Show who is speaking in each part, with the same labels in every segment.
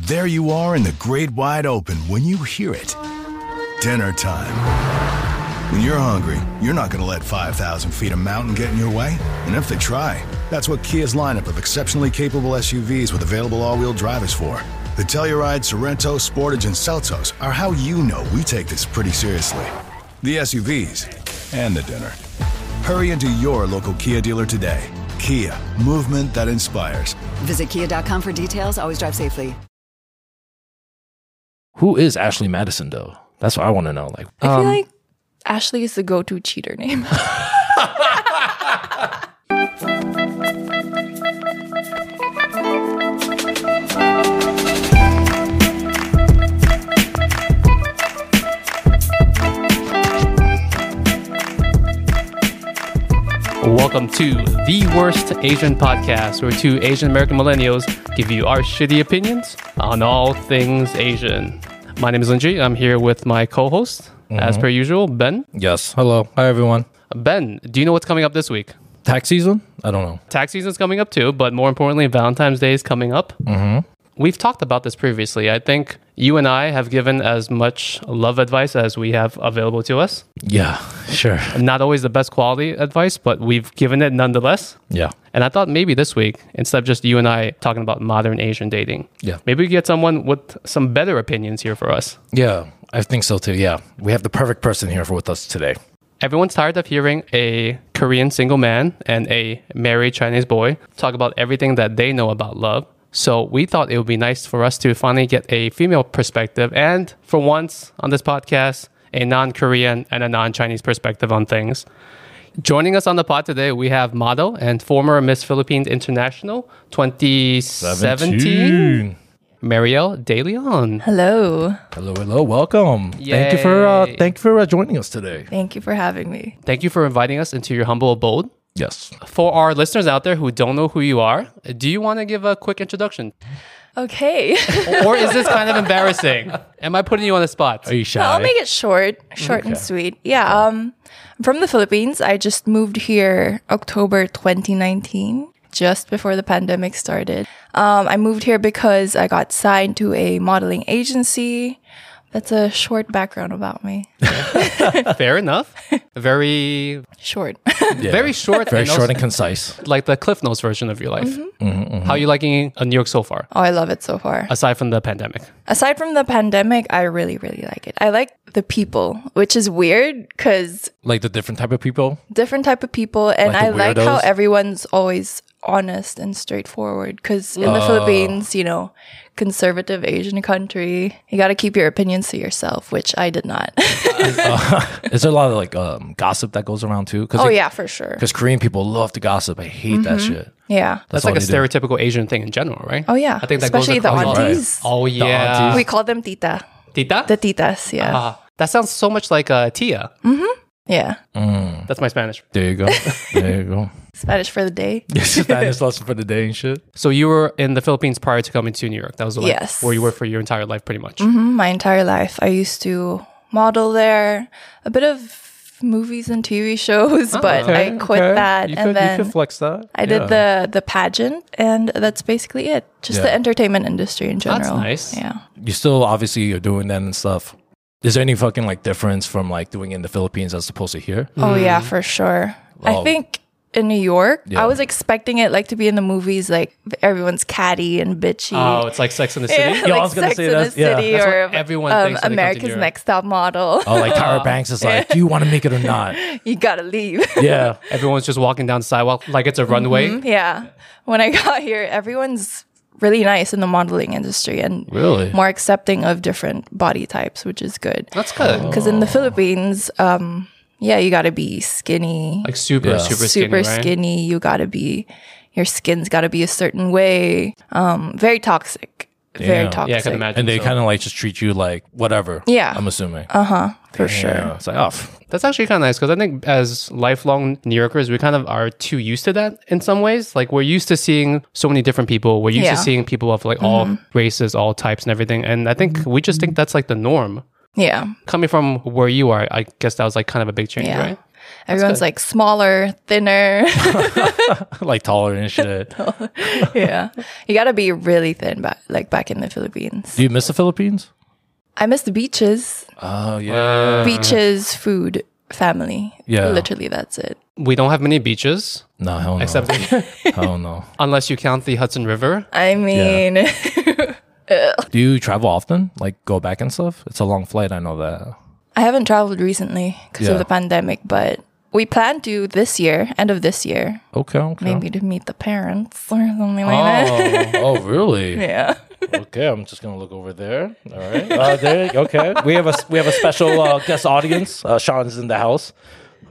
Speaker 1: There you are in the great wide open when you hear it. Dinner time. When you're hungry, you're not going to let 5,000 feet of mountain get in your way. And if they try, that's what Kia's lineup of exceptionally capable SUVs with available all wheel drive is for. The Telluride, Sorrento, Sportage, and Seltos are how you know we take this pretty seriously. The SUVs and the dinner. Hurry into your local Kia dealer today. Kia, movement that inspires.
Speaker 2: Visit kia.com for details. Always drive safely.
Speaker 3: Who is Ashley Madison though? That's what I want to know. Like,
Speaker 4: I feel
Speaker 3: um,
Speaker 4: like Ashley is the go-to cheater name.
Speaker 5: Welcome to the worst Asian podcast, where two Asian American millennials give you our shitty opinions on all things Asian. My name is Linji. I'm here with my co-host, as per usual, Ben.
Speaker 3: yes. Hello. Hi, everyone.
Speaker 5: Ben, do you know what's coming up this week?
Speaker 3: Tax season? I don't know.
Speaker 5: Tax season's coming up too, but more importantly, Valentine's Day is coming up. Mm-hmm. We've talked about this previously. I think you and I have given as much love advice as we have available to us.
Speaker 3: Yeah. Sure.
Speaker 5: Not always the best quality advice, but we've given it nonetheless.
Speaker 3: Yeah.
Speaker 5: And I thought maybe this week, instead of just you and I talking about modern Asian dating,
Speaker 3: Yeah.
Speaker 5: maybe we get someone with some better opinions here for us.
Speaker 3: Yeah. I think so too. Yeah. We have the perfect person here for with us today.
Speaker 5: Everyone's tired of hearing a Korean single man and a married Chinese boy talk about everything that they know about love. So we thought it would be nice for us to finally get a female perspective and for once on this podcast, a non-Korean and a non-Chinese perspective on things. Joining us on the pod today, we have model and former Miss Philippines International 2017, Marielle De Leon.
Speaker 4: Hello.
Speaker 3: Hello. Hello. Welcome. Thank you for uh,
Speaker 5: Yay.
Speaker 3: thank you for uh, joining us today.
Speaker 4: Thank you for having me.
Speaker 5: Thank you for inviting us into your humble abode.
Speaker 3: Yes.
Speaker 5: For our listeners out there who don't know who you are, do you want to give a quick introduction?
Speaker 4: Okay.
Speaker 5: Or is this kind of embarrassing? Am I putting you on the spot?
Speaker 3: Are you shy?
Speaker 4: I'll make it short, short and sweet. Yeah. Um, I'm from the Philippines. I just moved here October 2019, just before the pandemic started. Um, I moved here because I got signed to a modeling agency. That's a short background about me.
Speaker 5: Fair enough. Very,
Speaker 4: Short.
Speaker 3: Yeah.
Speaker 5: very short.
Speaker 3: very short
Speaker 5: also
Speaker 3: and Mm-hmm. concise.
Speaker 5: like the Cliff Notes version of your life. How are you liking uh, New York so far,
Speaker 4: oh, I love it so far.
Speaker 5: aside from the pandemic?
Speaker 4: aside from the pandemic, I really, really like it. I like the people, which is weird because
Speaker 3: Like the different type of people.
Speaker 4: different type of people, and
Speaker 3: Like the
Speaker 4: I like how
Speaker 3: weirdos?
Speaker 4: everyone's always honest and straightforward. Because in
Speaker 3: Oh.
Speaker 4: the Philippines, you know, conservative Asian country, you got to keep your opinions to yourself, which I did not.
Speaker 3: Is there a lot of like um, gossip that goes around too? Cause
Speaker 4: oh
Speaker 3: like-
Speaker 4: yeah, for sure.
Speaker 3: Because Korean people love to gossip. I hate that shit.
Speaker 4: Yeah.
Speaker 5: Mm-hmm. That's,
Speaker 3: all
Speaker 5: like a
Speaker 3: they do.
Speaker 5: stereotypical Asian thing in general, right?
Speaker 4: Oh yeah.
Speaker 5: I think that
Speaker 4: especially
Speaker 5: goes across all-
Speaker 4: the aunties.
Speaker 5: Oh yeah,
Speaker 4: We call them tita,
Speaker 5: Tita.
Speaker 4: the titas. Yeah,
Speaker 5: Ah, that sounds so much like uh, Tia.
Speaker 4: yeah.
Speaker 3: Mm.
Speaker 5: That's my Spanish.
Speaker 3: There you go. There you go.
Speaker 4: Spanish for the day.
Speaker 3: Spanish lesson for the day and shit.
Speaker 5: So you were in the Philippines prior to coming to New York. That was like
Speaker 4: Yes.
Speaker 5: where you were for your entire life, pretty much.
Speaker 4: Mhm, my entire life. I used to model there, a bit of movies and TV shows,
Speaker 5: Oh,
Speaker 4: but I quit that. and then
Speaker 3: flex that.
Speaker 4: I did the the pageant, and that's basically it. Just the
Speaker 3: Yeah.
Speaker 4: entertainment industry in general.
Speaker 5: That's nice.
Speaker 4: Yeah.
Speaker 3: You still obviously you're doing that and stuff. Is there any fucking like difference from like doing it in the Philippines as opposed to here?
Speaker 4: Oh yeah, for sure.
Speaker 3: Mm. Wow.
Speaker 4: I think in New York,
Speaker 3: Yeah.
Speaker 4: I was expecting it like to be in the movies, like everyone's catty and bitchy.
Speaker 5: Oh, it's like Sex in the City.
Speaker 3: I
Speaker 4: Yeah, like
Speaker 3: was gonna
Speaker 4: Sex
Speaker 3: say
Speaker 4: in the
Speaker 3: that's- yeah.
Speaker 4: City
Speaker 5: That's what
Speaker 4: or
Speaker 5: everyone
Speaker 4: um,
Speaker 5: thinks when they come to New
Speaker 4: America's
Speaker 5: York.
Speaker 4: Next Top Model.
Speaker 3: Oh, like Tyra Banks is like, do you want to make it or not?
Speaker 4: you gotta leave.
Speaker 3: Yeah.
Speaker 5: Everyone's just walking down the sidewalk like it's a
Speaker 4: Mm-hmm.
Speaker 5: runway.
Speaker 4: Yeah. When I got here, everyone's really nice in the modeling industry and
Speaker 3: Really?
Speaker 4: more accepting of different body types, which is good.
Speaker 5: That's good.
Speaker 3: Oh.
Speaker 4: Because in the Philippines, um, yeah, you got to be skinny,
Speaker 5: Like super,
Speaker 3: Yeah.
Speaker 5: super,
Speaker 4: super
Speaker 5: skinny, right?
Speaker 4: skinny. You got to be, your skin's got to be a certain way. Um, very toxic. Very
Speaker 3: Damn. Yeah, I
Speaker 4: toxic.
Speaker 5: Yeah, I can imagine.
Speaker 3: And they
Speaker 5: so.
Speaker 3: kind of like just treat you like whatever.
Speaker 4: Yeah.
Speaker 3: I'm assuming.
Speaker 4: For sure.
Speaker 3: yeah. It's like, oh, f-
Speaker 5: That's actually kind of nice because I think as lifelong New Yorkers, we kind of are too used to that in some ways. Like we're used to seeing so many different people. We're used
Speaker 4: Yeah. Mm-hmm.
Speaker 5: to seeing people of like all races, all types, and everything. And I think we just think that's like the norm.
Speaker 4: Yeah.
Speaker 5: Coming from where you are, I guess that was like kind of a big change,
Speaker 4: Yeah.
Speaker 5: right?
Speaker 4: Everyone's like smaller, thinner.
Speaker 3: like taller and shit.
Speaker 4: yeah. You got to be really thin back like back in the Philippines.
Speaker 3: Do you miss the Philippines?
Speaker 4: I miss the beaches,
Speaker 3: Oh yeah.
Speaker 4: beaches, food, family.
Speaker 3: Yeah.
Speaker 4: Literally that's it.
Speaker 5: We don't have many beaches,
Speaker 3: no, hell no.
Speaker 5: except
Speaker 3: hell no.
Speaker 5: unless you count the Hudson River.
Speaker 4: I mean,
Speaker 3: Do you travel often? Like go back and stuff? It's a long flight. I know that.
Speaker 4: I haven't traveled recently because
Speaker 3: Yeah.
Speaker 4: of the pandemic, but we plan to this year, end of this year,
Speaker 3: Okay. okay.
Speaker 4: maybe to meet the parents or something like that.
Speaker 3: Oh, oh, really?
Speaker 4: Yeah.
Speaker 3: Okay, I'm just gonna look over there. All right, uh, there. Okay, we have a we have a special uh, guest audience. Uh, Sean's in the house.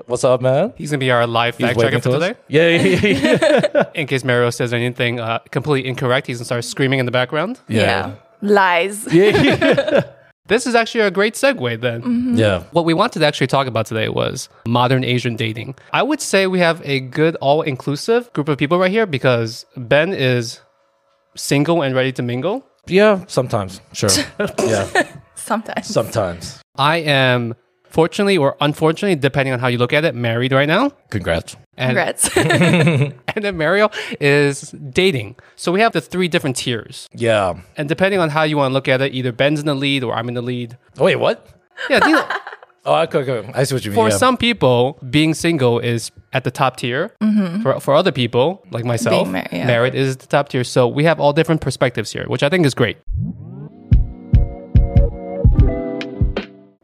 Speaker 3: What's up, man?
Speaker 5: He's gonna be our live
Speaker 3: He's
Speaker 5: fact checker for
Speaker 3: to us.
Speaker 5: today.
Speaker 3: Yeah, yeah, yeah, yeah.
Speaker 5: In case Mario says anything uh, completely incorrect, he's gonna start screaming in the background.
Speaker 4: Yeah. Lies.
Speaker 5: This is actually a great segue then.
Speaker 3: yeah.
Speaker 5: What we wanted to actually talk about today was modern Asian dating. I would say we have a good all inclusive group of people right here because Ben is single and ready to mingle.
Speaker 3: Yeah, Sometimes, sure. yeah,
Speaker 4: Sometimes.
Speaker 3: sometimes.
Speaker 5: I am fortunately or unfortunately, depending on how you look at it, married right now.
Speaker 3: Congrats.
Speaker 5: And
Speaker 4: Congrats.
Speaker 5: and then Mario is dating. So we have the three different tiers.
Speaker 3: Yeah.
Speaker 5: And depending on how you want to look at it, either Ben's in the lead or I'm in the lead.
Speaker 3: Oh, wait, what?
Speaker 5: Yeah, these-
Speaker 3: Oh, okay, okay. I see what you mean.
Speaker 5: for
Speaker 3: yeah.
Speaker 5: some people, being single is at the top tier. For, for other people, like myself,
Speaker 4: Mm-hmm. Being mar- yeah.
Speaker 5: married is the top tier. So we have all different perspectives here, which I think is great.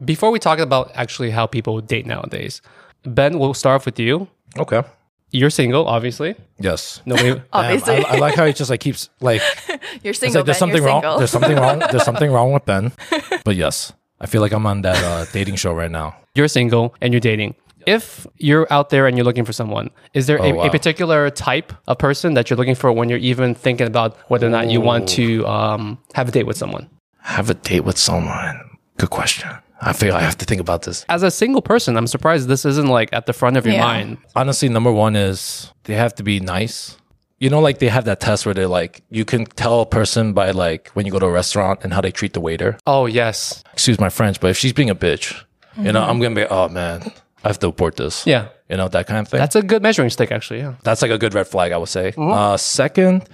Speaker 5: Before we talk about actually how people date nowadays, Ben, we'll start off with you.
Speaker 3: okay.
Speaker 5: You're single, obviously.
Speaker 3: Yes.
Speaker 5: Nobody,
Speaker 3: Damn,
Speaker 4: Obviously.
Speaker 3: I, I like how he just like keeps like
Speaker 4: You're
Speaker 3: It's
Speaker 4: single.
Speaker 3: like there's
Speaker 4: ben,
Speaker 3: something
Speaker 4: you're
Speaker 3: wrong.
Speaker 4: single.
Speaker 3: There's something wrong. There's something wrong with Ben. But yes, I feel like I'm on that uh, dating show right now.
Speaker 5: you're single and you're dating. If you're out there and you're looking for someone, is there a,
Speaker 3: wow.
Speaker 5: a particular type of person that you're looking for when you're even thinking about whether or not you want to um, have a date with someone?
Speaker 3: Have a date with someone. Good question. I feel I have to think about this.
Speaker 5: As a single person, I'm surprised this isn't like at the front of your
Speaker 4: Yeah.
Speaker 5: mind.
Speaker 3: Honestly, number one is they have to be nice. You know, like they have that test where they like you can tell a person by like when you go to a restaurant and how they treat the waiter.
Speaker 5: Oh yes,
Speaker 3: Excuse my French, but if she's being a bitch, you know, I'm gonna be oh man, I have to abort this.
Speaker 5: yeah,
Speaker 3: You know, that kind of thing.
Speaker 5: that's a Mm-hmm. good measuring stick actually. Yeah,
Speaker 3: That's like a good red flag, I would say. Uh, second,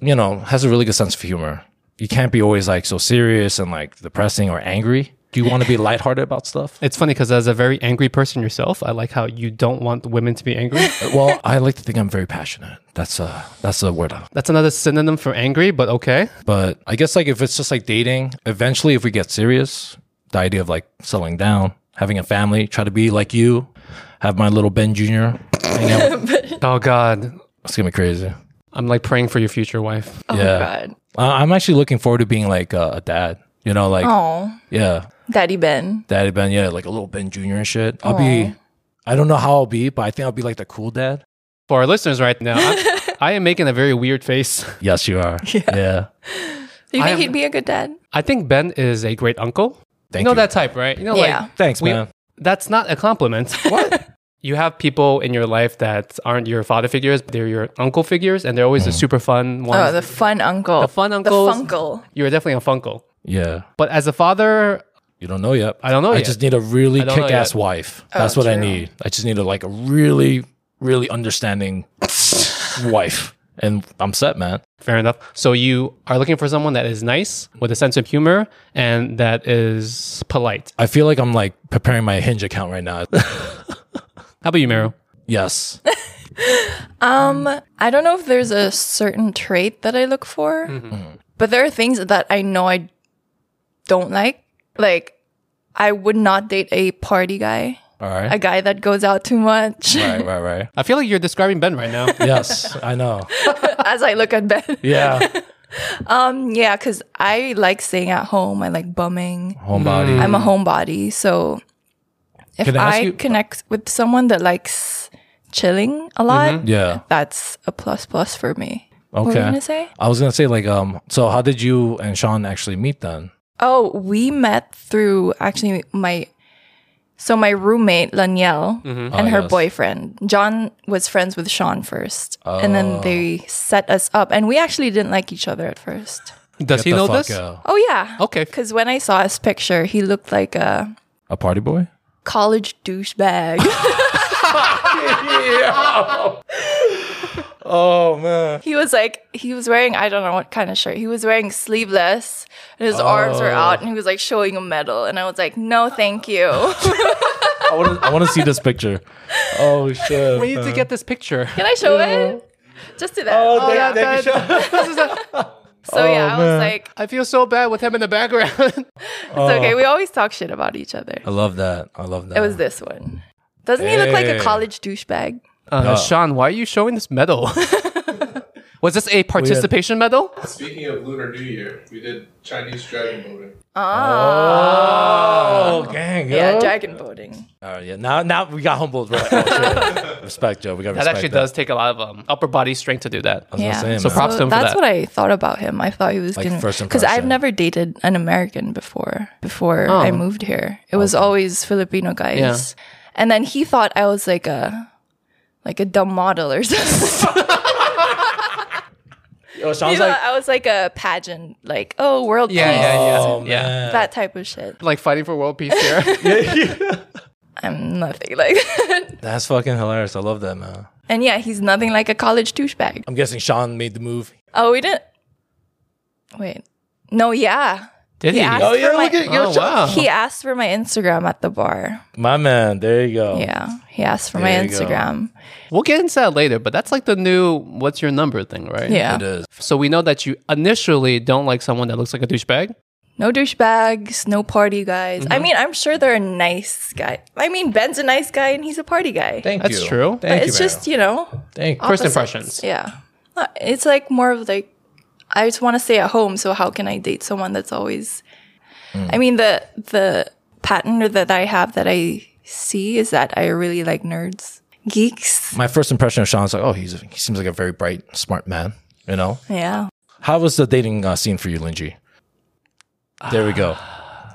Speaker 3: you know, has a really good sense of humor. You can't be always like so serious and like depressing or angry. Do you want to be lighthearted about stuff?
Speaker 5: it's funny because as a very angry person yourself, I like how you don't want women to be angry.
Speaker 3: well, I like to think I'm very passionate. That's a that's a word.
Speaker 5: That's another synonym for angry, but okay.
Speaker 3: But I guess like if it's just like dating, eventually if we get serious, the idea of like settling down, having a family, try to be like you, have my little Ben Jr. hang out. with-
Speaker 5: Oh God,
Speaker 3: It's gonna be crazy.
Speaker 5: I'm like praying for your future wife.
Speaker 4: oh,
Speaker 3: yeah.
Speaker 4: God.
Speaker 3: Uh, I'm actually looking forward to being like uh, a dad. You know, like
Speaker 4: Oh,
Speaker 3: yeah.
Speaker 4: Daddy Ben.
Speaker 3: Daddy Ben, yeah, like a little Ben Jr. and shit. I'll be, I don't know how I'll be, but I think I'll be like the cool dad.
Speaker 5: For our listeners right now, I'm, I am making a very weird face.
Speaker 3: Yes, you are. Yeah.
Speaker 4: Do you
Speaker 5: I
Speaker 4: think
Speaker 5: am-
Speaker 4: he'd be a good dad?
Speaker 5: I think Ben is a great uncle.
Speaker 3: Thank
Speaker 5: you know
Speaker 3: you.
Speaker 5: that type, right? You know,
Speaker 4: Yeah.
Speaker 5: like
Speaker 3: Thanks,
Speaker 5: We-
Speaker 3: man.
Speaker 5: that's not a compliment. What? you have people in your life that aren't your father figures, but they're your uncle figures, and they're always
Speaker 3: Hmm.
Speaker 5: the super fun ones.
Speaker 4: Oh, the fun uncle.
Speaker 5: The fun
Speaker 4: The
Speaker 5: uncles.
Speaker 4: funkle.
Speaker 5: You're definitely a funkle.
Speaker 3: Yeah.
Speaker 5: But as a father,
Speaker 3: You don't know yet.
Speaker 5: I don't know
Speaker 3: I
Speaker 5: yet.
Speaker 3: just need a really
Speaker 5: I don't know
Speaker 3: kick ass
Speaker 5: yet.
Speaker 3: wife. That's what I
Speaker 4: Oh, true.
Speaker 3: need. I just need a, like a really, really understanding wife. And I'm set, man.
Speaker 5: fair enough. So you are looking for someone that is nice, with a sense of humor, and that is polite.
Speaker 3: I feel like I'm like preparing my hinge account right now.
Speaker 5: How about you, Mero?
Speaker 3: yes.
Speaker 4: I don't know if there's a certain trait that I look for,
Speaker 3: Mm-hmm.
Speaker 4: but there are things that I know I don't like. Like, I would not date a party guy,
Speaker 3: All
Speaker 4: a
Speaker 3: right.
Speaker 4: guy that goes out too much,
Speaker 3: right, right, right.
Speaker 5: I feel like you're describing Ben right now.
Speaker 3: Yes, I know.
Speaker 4: as I look at Ben.
Speaker 3: Yeah.
Speaker 4: Yeah, because I like staying at home. I like bumming.
Speaker 3: Homebody.
Speaker 4: I'm a homebody. So if
Speaker 3: Mm. Can I ask
Speaker 4: I,
Speaker 3: you-
Speaker 4: connect with someone that likes chilling a lot,
Speaker 3: Mm-hmm. Yeah.
Speaker 4: that's a plus plus for
Speaker 3: Okay.
Speaker 4: me. What were you going to say?
Speaker 3: I was gonna say like um. So how did you and Sean actually meet then?
Speaker 4: Oh, we met through actually my so my roommate Lanielle and
Speaker 3: Oh,
Speaker 4: her
Speaker 3: yes.
Speaker 4: boyfriend John was friends with Sean first, and then they set us up, and we actually didn't like each other at first.
Speaker 5: Does
Speaker 3: Get
Speaker 5: he
Speaker 3: the
Speaker 5: know
Speaker 3: fuck
Speaker 5: this?
Speaker 3: out.
Speaker 4: Oh yeah,
Speaker 5: Okay.
Speaker 4: Because when I saw his picture, he looked like a
Speaker 3: A party boy?
Speaker 4: college douchebag.
Speaker 3: Oh man.
Speaker 4: He was like, he was wearing, I don't know what kind of shirt. He was wearing sleeveless and his arms were out and he was like showing a medal. And I was like, no, thank you. Can
Speaker 3: I want to I wanna see this picture. Oh shit.
Speaker 5: We need to get this picture.
Speaker 4: I show it? Just do that. Oh,
Speaker 3: Oh,
Speaker 5: that-
Speaker 3: thank Oh, you,
Speaker 5: that- this is a-
Speaker 4: so yeah, I was like,
Speaker 5: I feel so bad with him in the background.
Speaker 4: it's
Speaker 3: Oh.
Speaker 4: okay. We always talk shit about each other.
Speaker 3: I love that. I love that.
Speaker 4: It was this one. Doesn't he look like
Speaker 3: Hey.
Speaker 4: a college douchebag?
Speaker 5: Uh, Sean, why are you showing this medal? Was this a participation medal?
Speaker 6: Speaking of Lunar New Year, we did Chinese dragon boating.
Speaker 3: Oh gang.
Speaker 4: Yeah,
Speaker 3: yo.
Speaker 4: dragon boating.
Speaker 3: All right, yeah. Now now we got humbled, right? Oh, shit. respect, Joe. We got
Speaker 5: That
Speaker 3: respect.
Speaker 5: actually does take a lot of um, upper body strength to do that.
Speaker 3: I was gonna say,
Speaker 5: So
Speaker 3: man.
Speaker 5: props to him for
Speaker 4: that's
Speaker 5: that.
Speaker 4: what I thought about him. I thought he was
Speaker 3: Like,
Speaker 4: gonna
Speaker 3: first
Speaker 4: because I've
Speaker 3: impression.
Speaker 4: never dated an American before. Before I
Speaker 5: Oh.
Speaker 4: moved here, it was always Filipino guys, and then he thought I was like a like a dumb model or something.
Speaker 5: Oh,
Speaker 3: Yo,
Speaker 4: You
Speaker 3: sounds
Speaker 4: know,
Speaker 3: like
Speaker 4: I was like a pageant, like oh world peace,
Speaker 5: yeah, yeah, yeah.
Speaker 4: that type of shit.
Speaker 5: Oh, Like fighting for world peace here.
Speaker 4: I'm nothing like that.
Speaker 3: that's fucking hilarious. I love that, man.
Speaker 4: And yeah, he's nothing like a college douchebag.
Speaker 3: I'm guessing Sean made the move.
Speaker 4: Oh, we didn't. Wait, no, yeah,
Speaker 5: Did he?
Speaker 4: asked
Speaker 5: Oh,
Speaker 4: for my-
Speaker 5: Oh, wow.
Speaker 4: He asked for my Instagram at the bar.
Speaker 3: My man, there you go.
Speaker 4: Yeah, he asked for
Speaker 3: There
Speaker 4: my
Speaker 3: you go.
Speaker 4: Instagram.
Speaker 5: We'll get into that later, but that's like the new what's your number thing, right?
Speaker 4: Yeah.
Speaker 3: It is.
Speaker 5: So we know that you initially don't like someone that looks like a douchebag.
Speaker 4: No douchebags, no party guys.
Speaker 3: Mm-hmm.
Speaker 4: I mean, I'm sure they're a nice guy. I mean, Ben's a nice guy and he's a party guy.
Speaker 3: Thank
Speaker 5: That's
Speaker 3: you.
Speaker 5: true.
Speaker 3: Thank
Speaker 4: but
Speaker 3: you.
Speaker 4: it's
Speaker 3: man.
Speaker 4: just, you know,
Speaker 3: Thank
Speaker 5: First
Speaker 4: opposites.
Speaker 5: impressions.
Speaker 4: Yeah. Uh, It's like more of like, I just want to stay at home. So how can I date someone that's always,
Speaker 3: Mm.
Speaker 4: I mean, the, the pattern that I have that I see is that I really like nerds, geeks.
Speaker 3: my first impression of Sean is like, oh, he's he seems like a very bright, smart man. You know,
Speaker 4: Yeah.
Speaker 3: how was the dating uh, scene for you, Linji? There we go.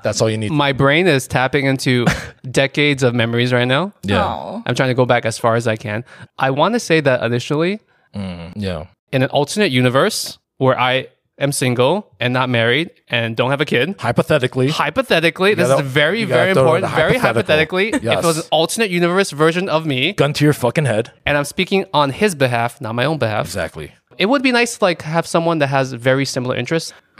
Speaker 3: That's all you need.
Speaker 5: My brain is tapping into decades of memories right now.
Speaker 3: Yeah,
Speaker 4: Oh.
Speaker 5: I'm trying to go back as far as I can. I want to say that initially,
Speaker 3: yeah.
Speaker 5: in an alternate universe where I am single and not married and don't have a kid,
Speaker 3: Hypothetically,
Speaker 5: hypothetically, this
Speaker 3: gotta-
Speaker 5: is very,
Speaker 3: you gotta
Speaker 5: very
Speaker 3: throw in
Speaker 5: important,
Speaker 3: the
Speaker 5: very
Speaker 3: hypothetical.
Speaker 5: hypothetically, if it was
Speaker 3: Yes.
Speaker 5: an alternate universe version of me,
Speaker 3: gun to your fucking head.
Speaker 5: and I'm speaking on his behalf, not my own behalf,
Speaker 3: Exactly.
Speaker 5: it would be nice to like have someone that has very similar interests.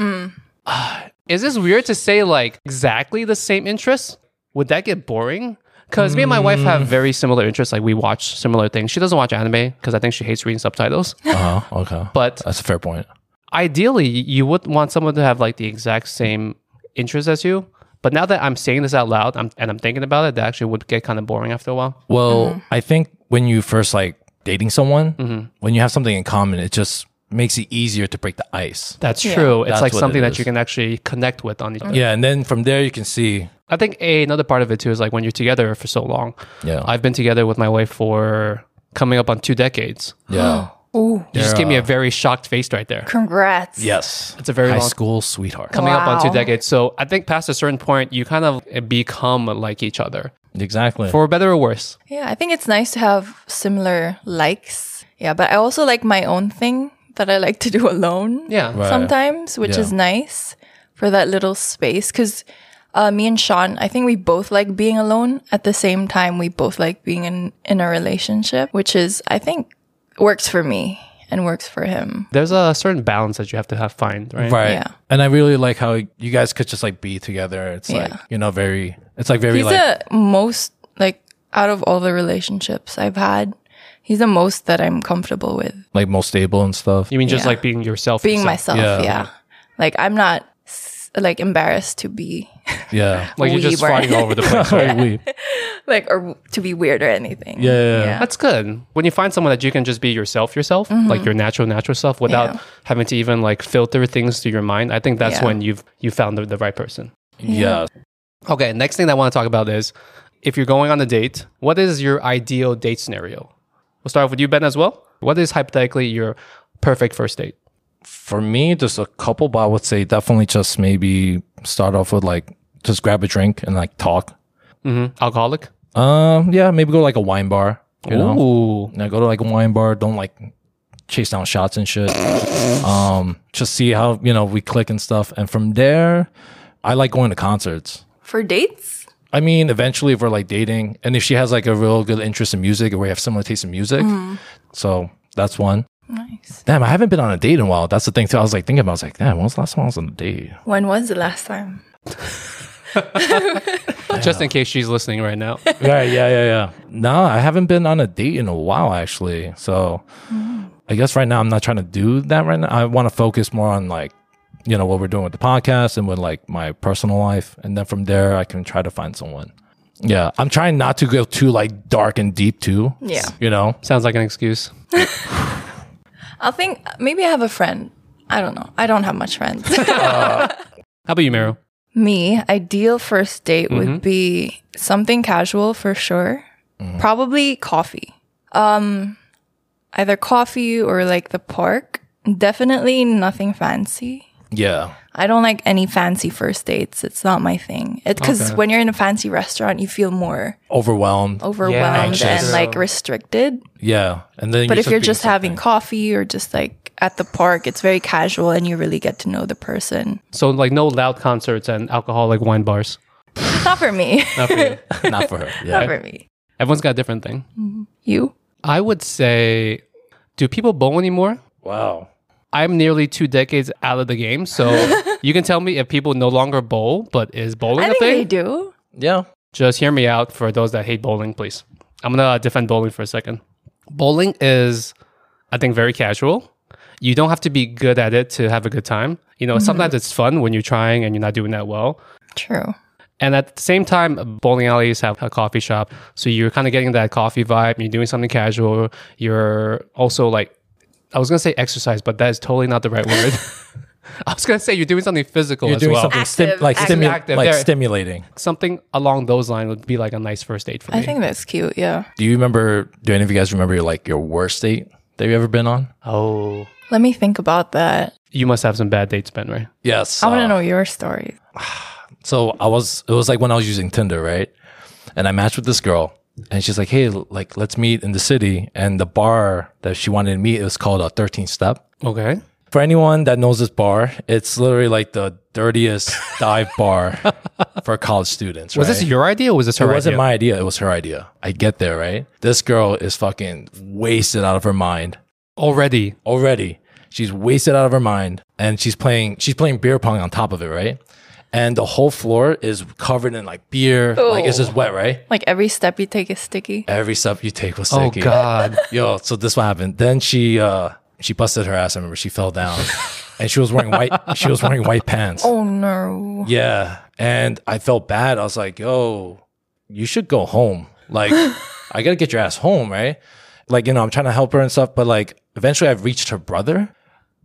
Speaker 5: is this weird to say like exactly the same interests? Would that get boring? Because me and my wife
Speaker 3: Mm.
Speaker 5: have very similar interests. Like we watch similar things. She doesn't watch anime because I think she hates reading subtitles.
Speaker 3: Uh huh. Okay,
Speaker 5: But
Speaker 3: that's a fair point.
Speaker 5: ideally, y- you would want someone to have like the exact same interests as you. But now that I'm saying this out loud I'm, and I'm thinking about it, that actually would get kind of boring after a while.
Speaker 3: Well, I think when you first like dating someone,
Speaker 5: Mm-hmm.
Speaker 3: when you have something in common, it just makes it easier to break the ice.
Speaker 5: That's true. It's
Speaker 3: That's
Speaker 5: like
Speaker 3: what
Speaker 5: something
Speaker 3: it
Speaker 5: that
Speaker 3: is.
Speaker 5: you can actually connect with on each other.
Speaker 3: Yeah, and then from there you can see.
Speaker 5: I think a another part of it too is like when you're together for so long.
Speaker 3: Yeah.
Speaker 5: I've been together with my wife for coming up on two decades.
Speaker 3: Yeah.
Speaker 5: You just gave me a very shocked face right there.
Speaker 4: Congrats.
Speaker 3: yes.
Speaker 5: It's a very
Speaker 3: High
Speaker 5: long
Speaker 3: school sweetheart.
Speaker 5: coming up on
Speaker 4: Wow.
Speaker 5: two decades. So I think past a certain point, you kind of become like each other
Speaker 3: Exactly.
Speaker 5: for better or worse.
Speaker 4: Yeah, I think it's nice to have similar likes. Yeah, but I also like my own thing that I like to do alone.
Speaker 5: Yeah. Right.
Speaker 4: Sometimes, which
Speaker 3: Yeah.
Speaker 4: is nice for that little space. Cause uh, me and Sean, I think we both like being alone. At the same time, we both like being in, in a relationship, which is, I think, works for me and works for him.
Speaker 5: There's a certain balance that you have to have find, right?
Speaker 3: Right.
Speaker 4: Yeah.
Speaker 3: And I really like how you guys could just like be together. It's like,
Speaker 4: Yeah.
Speaker 3: you know, very, it's like very
Speaker 4: He's
Speaker 3: like,
Speaker 4: the most, like, out of all the relationships I've had, he's the most that I'm comfortable with.
Speaker 3: like most stable and stuff.
Speaker 5: You mean just
Speaker 4: Yeah.
Speaker 5: like being yourself?
Speaker 4: being
Speaker 5: yourself.
Speaker 4: myself.
Speaker 3: Yeah.
Speaker 4: Yeah. Like I'm not s- like embarrassed to be
Speaker 3: yeah.
Speaker 5: Like you're just
Speaker 4: We were.
Speaker 5: flying all over the place.
Speaker 3: Sorry, we.
Speaker 4: like or w- to be weird or anything.
Speaker 3: Yeah, yeah, yeah.
Speaker 5: That's good. When you find someone that you can just be yourself, yourself, like your natural, natural self, without
Speaker 4: Mm-hmm. Yeah.
Speaker 5: having to even like filter things through your mind, I think that's
Speaker 4: Yeah.
Speaker 5: when you've you found the, the right person.
Speaker 3: Yeah.
Speaker 5: Okay, next thing that I want to talk about is if you're going on a date, what is your ideal date scenario? We'll start off with you, Ben, as well. What is hypothetically your perfect first date?
Speaker 3: For me, just a couple, but I would say definitely just maybe start off with like, just grab a drink and like talk.
Speaker 5: Alcoholic?
Speaker 3: Um, yeah, maybe go to like a wine bar, you know?
Speaker 5: Ooh.
Speaker 3: Yeah, go to like a wine bar. Don't like chase down shots and shit. um, just see how, you know, we click and stuff. And from there, I like going to concerts.
Speaker 4: For dates?
Speaker 3: I mean, eventually, if we're like dating, and if she has like a real good interest in music, or we have similar taste in music, so that's one.
Speaker 4: Nice.
Speaker 3: Damn, I haven't been on a date in a while. That's the thing too. I was like thinking about. I was like, damn, when was the last time I was on a date?
Speaker 4: When was the last time?
Speaker 5: Just in case she's listening right now.
Speaker 3: yeah, yeah, yeah, yeah. No, I haven't been on a date in a while actually. So
Speaker 4: Mm.
Speaker 3: I guess right now I'm not trying to do that right now. I want to focus more on like, you know, what we're doing with the podcast and with like my personal life. And then from there I can try to find someone. Yeah. I'm trying not to go too like dark and deep too.
Speaker 4: Yeah.
Speaker 3: You know?
Speaker 5: Sounds like an excuse.
Speaker 4: I think maybe I have a friend. I don't know. I don't have much friends.
Speaker 5: How about you, Meryl?
Speaker 4: Me, ideal first date
Speaker 3: Mm-hmm.
Speaker 4: would be something casual for sure. Probably coffee. Um, either coffee or like the park. Definitely nothing fancy.
Speaker 3: Yeah.
Speaker 4: I don't like any fancy first dates. It's not my thing. It because when you're in a fancy restaurant, you feel more
Speaker 3: Overwhelmed.
Speaker 4: Oh. overwhelmed
Speaker 3: anxious.
Speaker 4: and like restricted.
Speaker 3: yeah. And then
Speaker 4: But if you're just
Speaker 3: being
Speaker 4: having coffee or just like at the park, it's very casual and you really get to know the person.
Speaker 5: So like no loud concerts and alcoholic wine bars.
Speaker 4: It's not for me.
Speaker 5: Not for you.
Speaker 3: some- not for her.
Speaker 4: not
Speaker 3: Yeah.
Speaker 4: for me.
Speaker 5: Everyone's got a different thing.
Speaker 4: You?
Speaker 5: I would say, do people bowl anymore?
Speaker 3: wow.
Speaker 5: I'm nearly two decades out of the game, so you can tell me if people no longer bowl, but is bowling
Speaker 4: I
Speaker 5: a
Speaker 4: think
Speaker 5: thing?
Speaker 4: they do.
Speaker 3: Yeah.
Speaker 5: just hear me out for those that hate bowling, please. I'm gonna uh, defend bowling for a second. Bowling is, I think, very casual. You don't have to be good at it to have a good time. You know, sometimes
Speaker 4: Mm-hmm.
Speaker 5: it's fun when you're trying and you're not doing that well.
Speaker 4: True.
Speaker 5: And at the same time, bowling alleys have a coffee shop. So you're kind of getting that coffee vibe. You're doing something casual. You're also like, I was going to say exercise, but that is totally not the right word. I was going to say you're doing something physical
Speaker 3: You're
Speaker 5: as
Speaker 3: doing
Speaker 5: well.
Speaker 3: something sti-
Speaker 4: Active,
Speaker 3: like,
Speaker 4: active.
Speaker 3: stimu-
Speaker 5: Active,
Speaker 3: like
Speaker 5: there.
Speaker 3: stimulating.
Speaker 5: Something along those lines would be like a nice first date for me.
Speaker 4: I think that's cute. Yeah.
Speaker 3: Do you remember? Do any of you guys remember your, like your worst date that you ever been on?
Speaker 5: oh.
Speaker 4: Let me think about that.
Speaker 5: You must have some bad dates, Ben, right?
Speaker 3: Yes.
Speaker 4: I want
Speaker 3: uh,
Speaker 4: to know your story.
Speaker 3: So I was. It was like when I was using Tinder, right? And I matched with this girl, and she's like, "Hey, l- like let's meet in the city." And the bar that she wanted to meet it was called a Thirteen Step.
Speaker 5: Okay.
Speaker 3: For anyone that knows this bar, it's literally like the dirtiest dive bar for college students.
Speaker 5: Was
Speaker 3: right?
Speaker 5: this your idea or was this her
Speaker 3: It wasn't
Speaker 5: idea?
Speaker 3: my idea. It was her idea. I get there, right? This girl is fucking wasted out of her mind.
Speaker 5: Already.
Speaker 3: already. She's wasted out of her mind, and she's playing. She's playing beer pong on top of it, right? And the whole floor is covered in like beer. Like it's just wet, right?
Speaker 4: Like every step you take is sticky.
Speaker 3: Every step you take was
Speaker 5: Oh,
Speaker 3: sticky.
Speaker 5: God.
Speaker 3: Yo, so this what happened. Then she uh she busted her ass. I remember she fell down, and she was wearing white. She was wearing white pants.
Speaker 4: Oh no.
Speaker 3: Yeah, and I felt bad. I was like, yo, you should go home. Like, I gotta get your ass home, right? Like, you know, I'm trying to help her and stuff, but like, eventually I've reached her brother,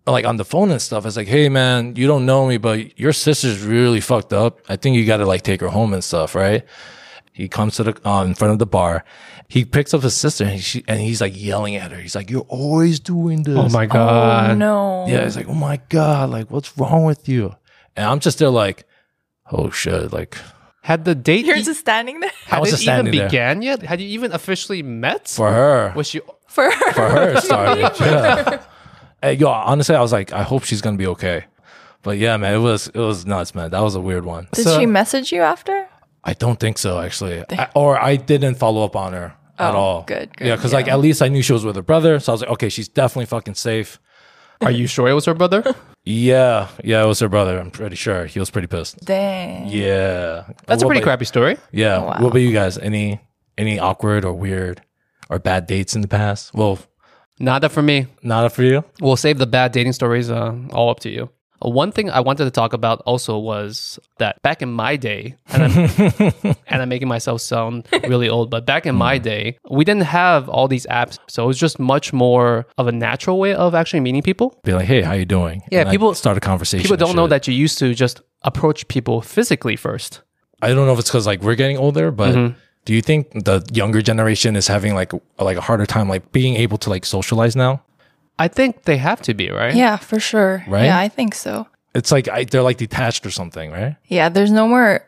Speaker 3: like on the phone and stuff. I was like, hey, man, you don't know me, but your sister's really fucked up. I think you gotta like take her home and stuff, right? He comes to the uh, in front of the bar. He picks up his sister and, she, and he's like yelling at her. He's like, "You're always doing this."
Speaker 5: Oh, my God.
Speaker 4: oh no.
Speaker 3: Yeah, it's like, oh my god, like what's wrong with you? And I'm just there, like, oh shit, like
Speaker 5: Had the date
Speaker 4: You're
Speaker 5: e-
Speaker 4: just standing there
Speaker 3: I
Speaker 5: had
Speaker 3: was
Speaker 5: it
Speaker 3: just
Speaker 5: even
Speaker 3: standing there.
Speaker 5: began yet? Had you even officially met?
Speaker 3: for her,
Speaker 5: was she
Speaker 4: for her.
Speaker 3: for her it started. yeah. Hey, yo, honestly, I was like, I hope she's gonna be okay. But yeah, man, it was it was nuts, man. That was a weird one.
Speaker 4: Did she message you after?
Speaker 3: I don't think so, actually, I- or I didn't follow up on her at
Speaker 4: Oh,
Speaker 3: all.
Speaker 4: good, good,
Speaker 3: yeah, because like
Speaker 4: yeah.
Speaker 3: at least I knew she was with her brother, so I was like, okay, she's definitely fucking safe.
Speaker 5: Are you sure it was her brother?
Speaker 3: Yeah, yeah, it was her brother. I'm pretty sure he was pretty pissed.
Speaker 4: Dang.
Speaker 3: Yeah,
Speaker 5: That's a
Speaker 3: What
Speaker 5: pretty
Speaker 3: about-
Speaker 5: crappy story.
Speaker 3: Yeah.
Speaker 4: Wow.
Speaker 3: What about you guys? Any any awkward or weird or bad dates in the past? Well,
Speaker 5: Nada for me.
Speaker 3: not for you.
Speaker 5: We'll save the bad dating stories uh, all up to you. Uh, One thing I wanted to talk about also was that back in my day, and I'm, and I'm making myself sound really old, but back in my day, we didn't have all these apps. So it was just much more of a natural way of actually meeting people.
Speaker 3: Be like, hey, how you doing?
Speaker 5: Yeah,
Speaker 3: And, like,
Speaker 5: people-
Speaker 3: start a conversation.
Speaker 5: People
Speaker 3: and
Speaker 5: don't know
Speaker 3: shit.
Speaker 5: that you used to just approach people physically first.
Speaker 3: I don't know if it's because like we're getting older, but
Speaker 5: Mm-hmm.
Speaker 3: do you think the younger generation is having like a- like a harder time like being able to like socialize now?
Speaker 5: I think they have to be, right?
Speaker 4: Yeah, for sure.
Speaker 3: Right?
Speaker 4: Yeah, I think so.
Speaker 3: It's like I, they're like detached or something, right?
Speaker 4: Yeah, there's no more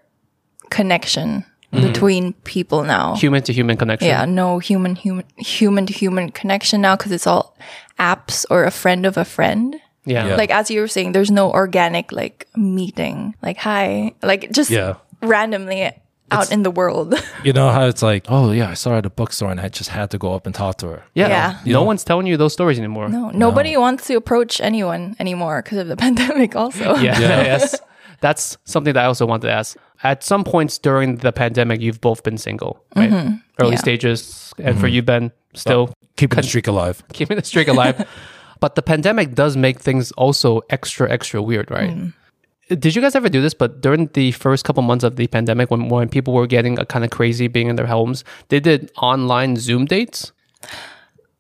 Speaker 4: connection
Speaker 5: Mm-hmm.
Speaker 4: between people now.
Speaker 5: Human to human connection.
Speaker 4: yeah, no human human human to human connection now because it's all apps or a friend of a friend.
Speaker 5: Yeah.
Speaker 3: Yeah.
Speaker 4: Like as you were saying, there's no organic like meeting. Like hi, like just
Speaker 3: Yeah.
Speaker 4: randomly out in the world.
Speaker 3: You know how it's like, oh yeah, I saw her at a bookstore and I just had to go up and talk to her.
Speaker 5: Yeah.
Speaker 4: Yeah.
Speaker 5: No one's telling you those stories anymore.
Speaker 4: no, nobody wants to approach anyone anymore because of the pandemic. Also,
Speaker 5: Yeah. yes. That's something that I also wanted to ask. At some points during the pandemic, you've both been single, right? Early
Speaker 4: Yeah.
Speaker 5: stages. And for
Speaker 3: Mm-hmm.
Speaker 5: you, Ben, still
Speaker 3: Keeping the streak alive.
Speaker 5: keeping the streak alive. but the pandemic does make things also extra, extra weird, right? Did you guys ever do this? But during the first couple months of the pandemic, when, when people were getting kind of crazy being in their homes, they did online Zoom dates.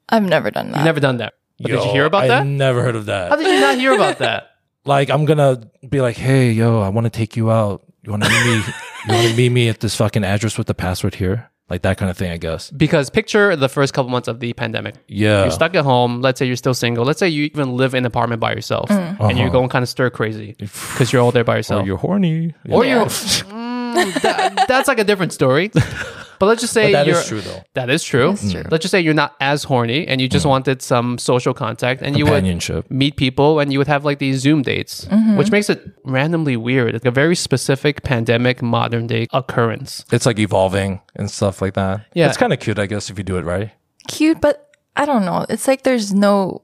Speaker 4: I've never done that.
Speaker 5: You've never done that. But did you
Speaker 3: Yo,
Speaker 5: hear about that?
Speaker 3: I never heard of
Speaker 5: How
Speaker 3: that.
Speaker 5: did you not hear about that?
Speaker 3: Like I'm gonna be like, hey, yo, I want to take you out. You want to meet me? You want to meet me at this fucking address with the password here? Like that kind of thing, I guess.
Speaker 5: Because picture the first couple months of the pandemic.
Speaker 3: Yeah.
Speaker 5: You're stuck at home. Let's say you're still single. Let's say you even live in an apartment by yourself and you're going kind of stir crazy because you're all there by yourself.
Speaker 3: Uh-huh. Or you're horny.
Speaker 5: Or you're- Mm, That- that's like a different story. But let's just say
Speaker 3: But that is true,
Speaker 5: you're-
Speaker 3: though. Mm.
Speaker 5: That is true. Let's just say you're not as horny and you just wanted some social contact and you would
Speaker 3: companionship.
Speaker 5: meet people and you would have like these Zoom dates, which makes it randomly weird. It's a very specific pandemic modern day occurrence.
Speaker 3: It's like evolving and stuff like that.
Speaker 5: Yeah.
Speaker 3: It's kind of cute, I guess, if you do it right.
Speaker 4: Cute, but I don't know. It's like there's no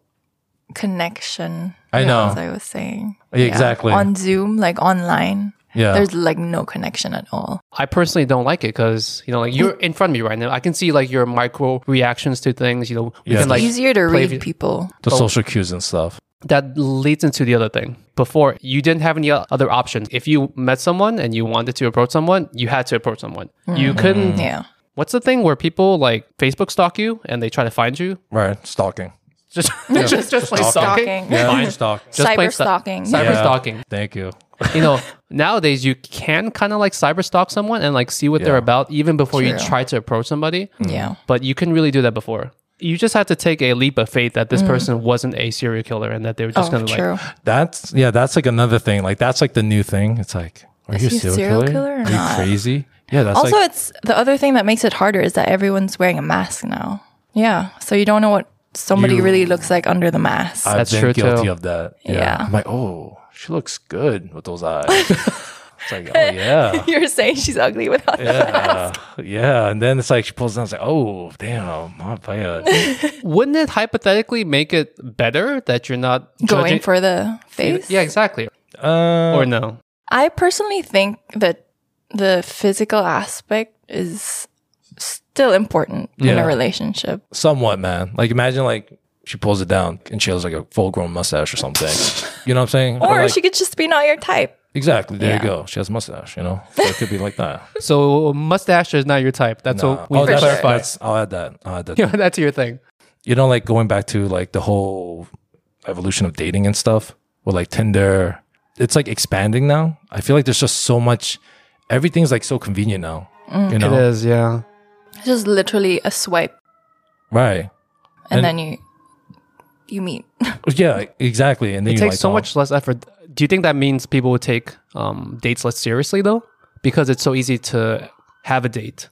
Speaker 4: connection.
Speaker 3: I
Speaker 4: Yeah,
Speaker 3: know.
Speaker 4: As I was saying.
Speaker 3: Yeah, exactly.
Speaker 4: On Zoom, like online.
Speaker 3: Yeah.
Speaker 4: There's like no connection at all.
Speaker 5: I personally don't like it because you know, like you're in front of me right now. I can see like your micro reactions to things. You know, you
Speaker 3: Yeah.
Speaker 5: can like
Speaker 4: Easier to
Speaker 5: play
Speaker 4: read
Speaker 5: with-
Speaker 4: people.
Speaker 3: The social cues and stuff.
Speaker 5: that leads into the other thing. Before you didn't have any o- other options. If you met someone and you wanted to approach someone, you had to approach someone.
Speaker 3: Hmm.
Speaker 5: You
Speaker 3: Mm.
Speaker 5: couldn't.
Speaker 4: Yeah.
Speaker 5: What's the thing where people like Facebook stalk you and they try to find you?
Speaker 3: Right. Stalking.
Speaker 5: Just, just, just like
Speaker 4: Stalking.
Speaker 5: stalking.
Speaker 4: Yeah.
Speaker 3: Fine stalk.
Speaker 5: Just plain
Speaker 4: Cyber stalking.
Speaker 5: Cyber
Speaker 3: Yeah.
Speaker 5: stalking.
Speaker 3: Thank you.
Speaker 5: You know, nowadays you can kind of like cyber stalk someone and like see what they're
Speaker 3: Yeah. Hmm.
Speaker 5: about even before you
Speaker 4: True.
Speaker 5: try to approach somebody.
Speaker 3: Mm.
Speaker 4: Yeah.
Speaker 5: But you couldn't really do that before. You just had to take a leap of faith that this person wasn't a serial killer and that they were just
Speaker 4: Mm. Oh,
Speaker 5: going to like
Speaker 4: true.
Speaker 3: That's yeah. That's like another thing. Like that's like the new thing. It's like, are you a
Speaker 4: he a
Speaker 3: serial,
Speaker 4: serial
Speaker 3: killer?
Speaker 4: killer or
Speaker 3: Are
Speaker 4: not?
Speaker 3: you crazy? Yeah. That's
Speaker 4: also,
Speaker 3: like
Speaker 4: it's the other thing that makes it harder is that everyone's wearing a mask now. Yeah. So you don't know what somebody
Speaker 3: You-
Speaker 4: really looks like under the mask.
Speaker 3: I've
Speaker 5: That's
Speaker 3: been
Speaker 5: true,
Speaker 3: guilty
Speaker 5: too.
Speaker 3: of that.
Speaker 4: Yeah.
Speaker 3: I'm like, oh, she looks good with those eyes. it's like, oh yeah,
Speaker 4: You're saying she's ugly without
Speaker 3: yeah, yeah. And then it's like she pulls down. It's like, oh damn, my bad.
Speaker 5: wouldn't it hypothetically make it better that you're not
Speaker 4: going
Speaker 5: judging-
Speaker 4: for the face.
Speaker 5: Yeah, exactly.
Speaker 3: Uh,
Speaker 5: Or no.
Speaker 4: I personally think that the physical aspect is still important in
Speaker 3: Yeah.
Speaker 4: a relationship.
Speaker 3: somewhat, man. Like imagine like she pulls it down and she has like a full grown mustache or something. you know what I'm saying?
Speaker 4: Or
Speaker 3: like,
Speaker 4: she could just be not your type.
Speaker 3: exactly there
Speaker 4: Yeah.
Speaker 3: you go. She has a mustache. You know, so it could be like that.
Speaker 5: So mustache is not your type. That's
Speaker 3: Nah. Oh,
Speaker 5: what we
Speaker 3: that's,
Speaker 5: clarify.
Speaker 3: that's- I'll add that. I'll add that.
Speaker 5: Yeah, that's your thing.
Speaker 3: You know, like going back to like the whole evolution of dating and stuff with like Tinder. It's like expanding now. I feel like there's just so much. Everything's like so convenient now. You know,
Speaker 5: It is, yeah.
Speaker 4: It's just literally a swipe
Speaker 3: right?
Speaker 4: and,
Speaker 3: And-
Speaker 4: then you you meet.
Speaker 3: Yeah, exactly. And then
Speaker 5: It
Speaker 3: you
Speaker 5: takes
Speaker 3: like,
Speaker 5: so
Speaker 3: oh,
Speaker 5: much less effort. Do you think that means people would take um, dates less seriously though? Because it's so easy to have a date.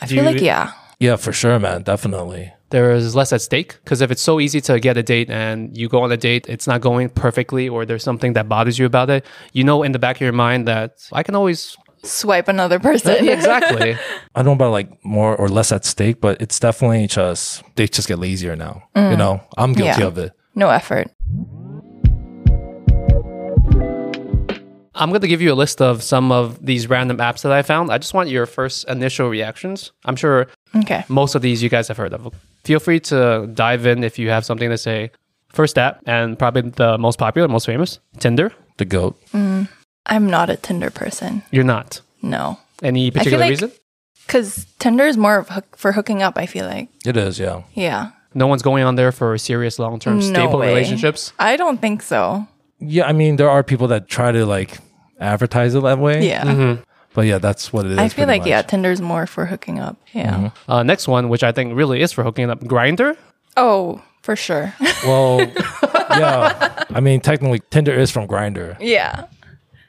Speaker 4: I
Speaker 5: Do
Speaker 4: feel
Speaker 5: you-
Speaker 3: e-
Speaker 4: like yeah.
Speaker 3: Yeah, for sure, man. Definitely.
Speaker 5: There is less at stake because if it's so easy to get a date and you go on a date, it's not going perfectly, or there's something that bothers you about it. You know, in the back of your mind that I can always
Speaker 4: Swipe another person.
Speaker 5: exactly.
Speaker 3: I don't know about like more or less at stake, but it's definitely just they just get lazier now. You know, I'm guilty
Speaker 4: Yeah.
Speaker 3: of it.
Speaker 4: no effort.
Speaker 5: I'm going to give you a list of some of these random apps that I found. I just want your first initial reactions. I'm sure
Speaker 4: Okay.
Speaker 5: most of these you guys have heard of. Feel free to dive in if you have something to say. First app, and probably the most popular, most famous, Tinder.
Speaker 3: The goat.
Speaker 4: I'm not a Tinder person.
Speaker 5: You're not.
Speaker 4: No.
Speaker 5: Any particular
Speaker 4: like-
Speaker 5: reason?
Speaker 4: Cuz Tinder is more of hook- for hooking up, I feel like.
Speaker 3: It is, yeah.
Speaker 4: Yeah.
Speaker 5: No one's going on there for serious, long term, stable
Speaker 4: way.
Speaker 5: relationships.
Speaker 4: I don't think so.
Speaker 3: Yeah, I mean, there are people that try to like advertise it that way.
Speaker 4: Yeah.
Speaker 3: But yeah, Mm-hmm. that's what it is.
Speaker 4: I feel
Speaker 3: pretty
Speaker 4: like yeah,
Speaker 3: much. Mm-hmm.
Speaker 4: Tinder's more for hooking up. Yeah.
Speaker 5: Uh, next one, which I think really is for hooking up, Grinder.
Speaker 4: Oh, for sure.
Speaker 3: Well, yeah. I mean, technically, Tinder is from Grinder.
Speaker 4: yeah.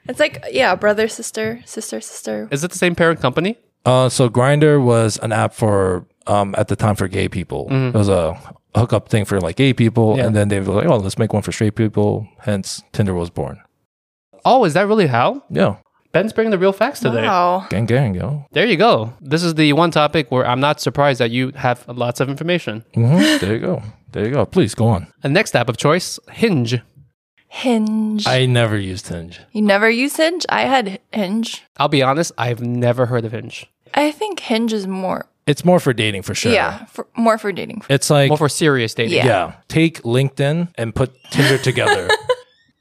Speaker 4: It's like yeah, brother, sister, sister, sister.
Speaker 5: Is it the same parent company?
Speaker 3: Uh, so Grinder was an app for um at the time for gay people. It was a hookup thing for like gay people,
Speaker 5: Yeah.
Speaker 3: and then they were like, "Oh, let's make one for straight people." Hence, Tinder was born.
Speaker 5: Oh, is that really how?
Speaker 3: Yeah.
Speaker 5: Ben's bringing the real facts today.
Speaker 4: Wow.
Speaker 3: Gang, gang, yo.
Speaker 5: There you go. This is the one topic where I'm not surprised that you have lots of information.
Speaker 3: Mhm. There you go. There you go. Please go on.
Speaker 5: A next app of choice, Hinge.
Speaker 4: Hinge.
Speaker 3: I never used Hinge.
Speaker 4: you never use Hinge? I had Hinge.
Speaker 5: I'll be honest, I've never heard of Hinge.
Speaker 4: I think Hinge is more,
Speaker 3: It's more for dating for sure.
Speaker 4: yeah, for, more for dating.
Speaker 3: It's like
Speaker 5: More for serious dating.
Speaker 3: yeah.
Speaker 4: Yeah.
Speaker 3: Take LinkedIn and put Tinder together,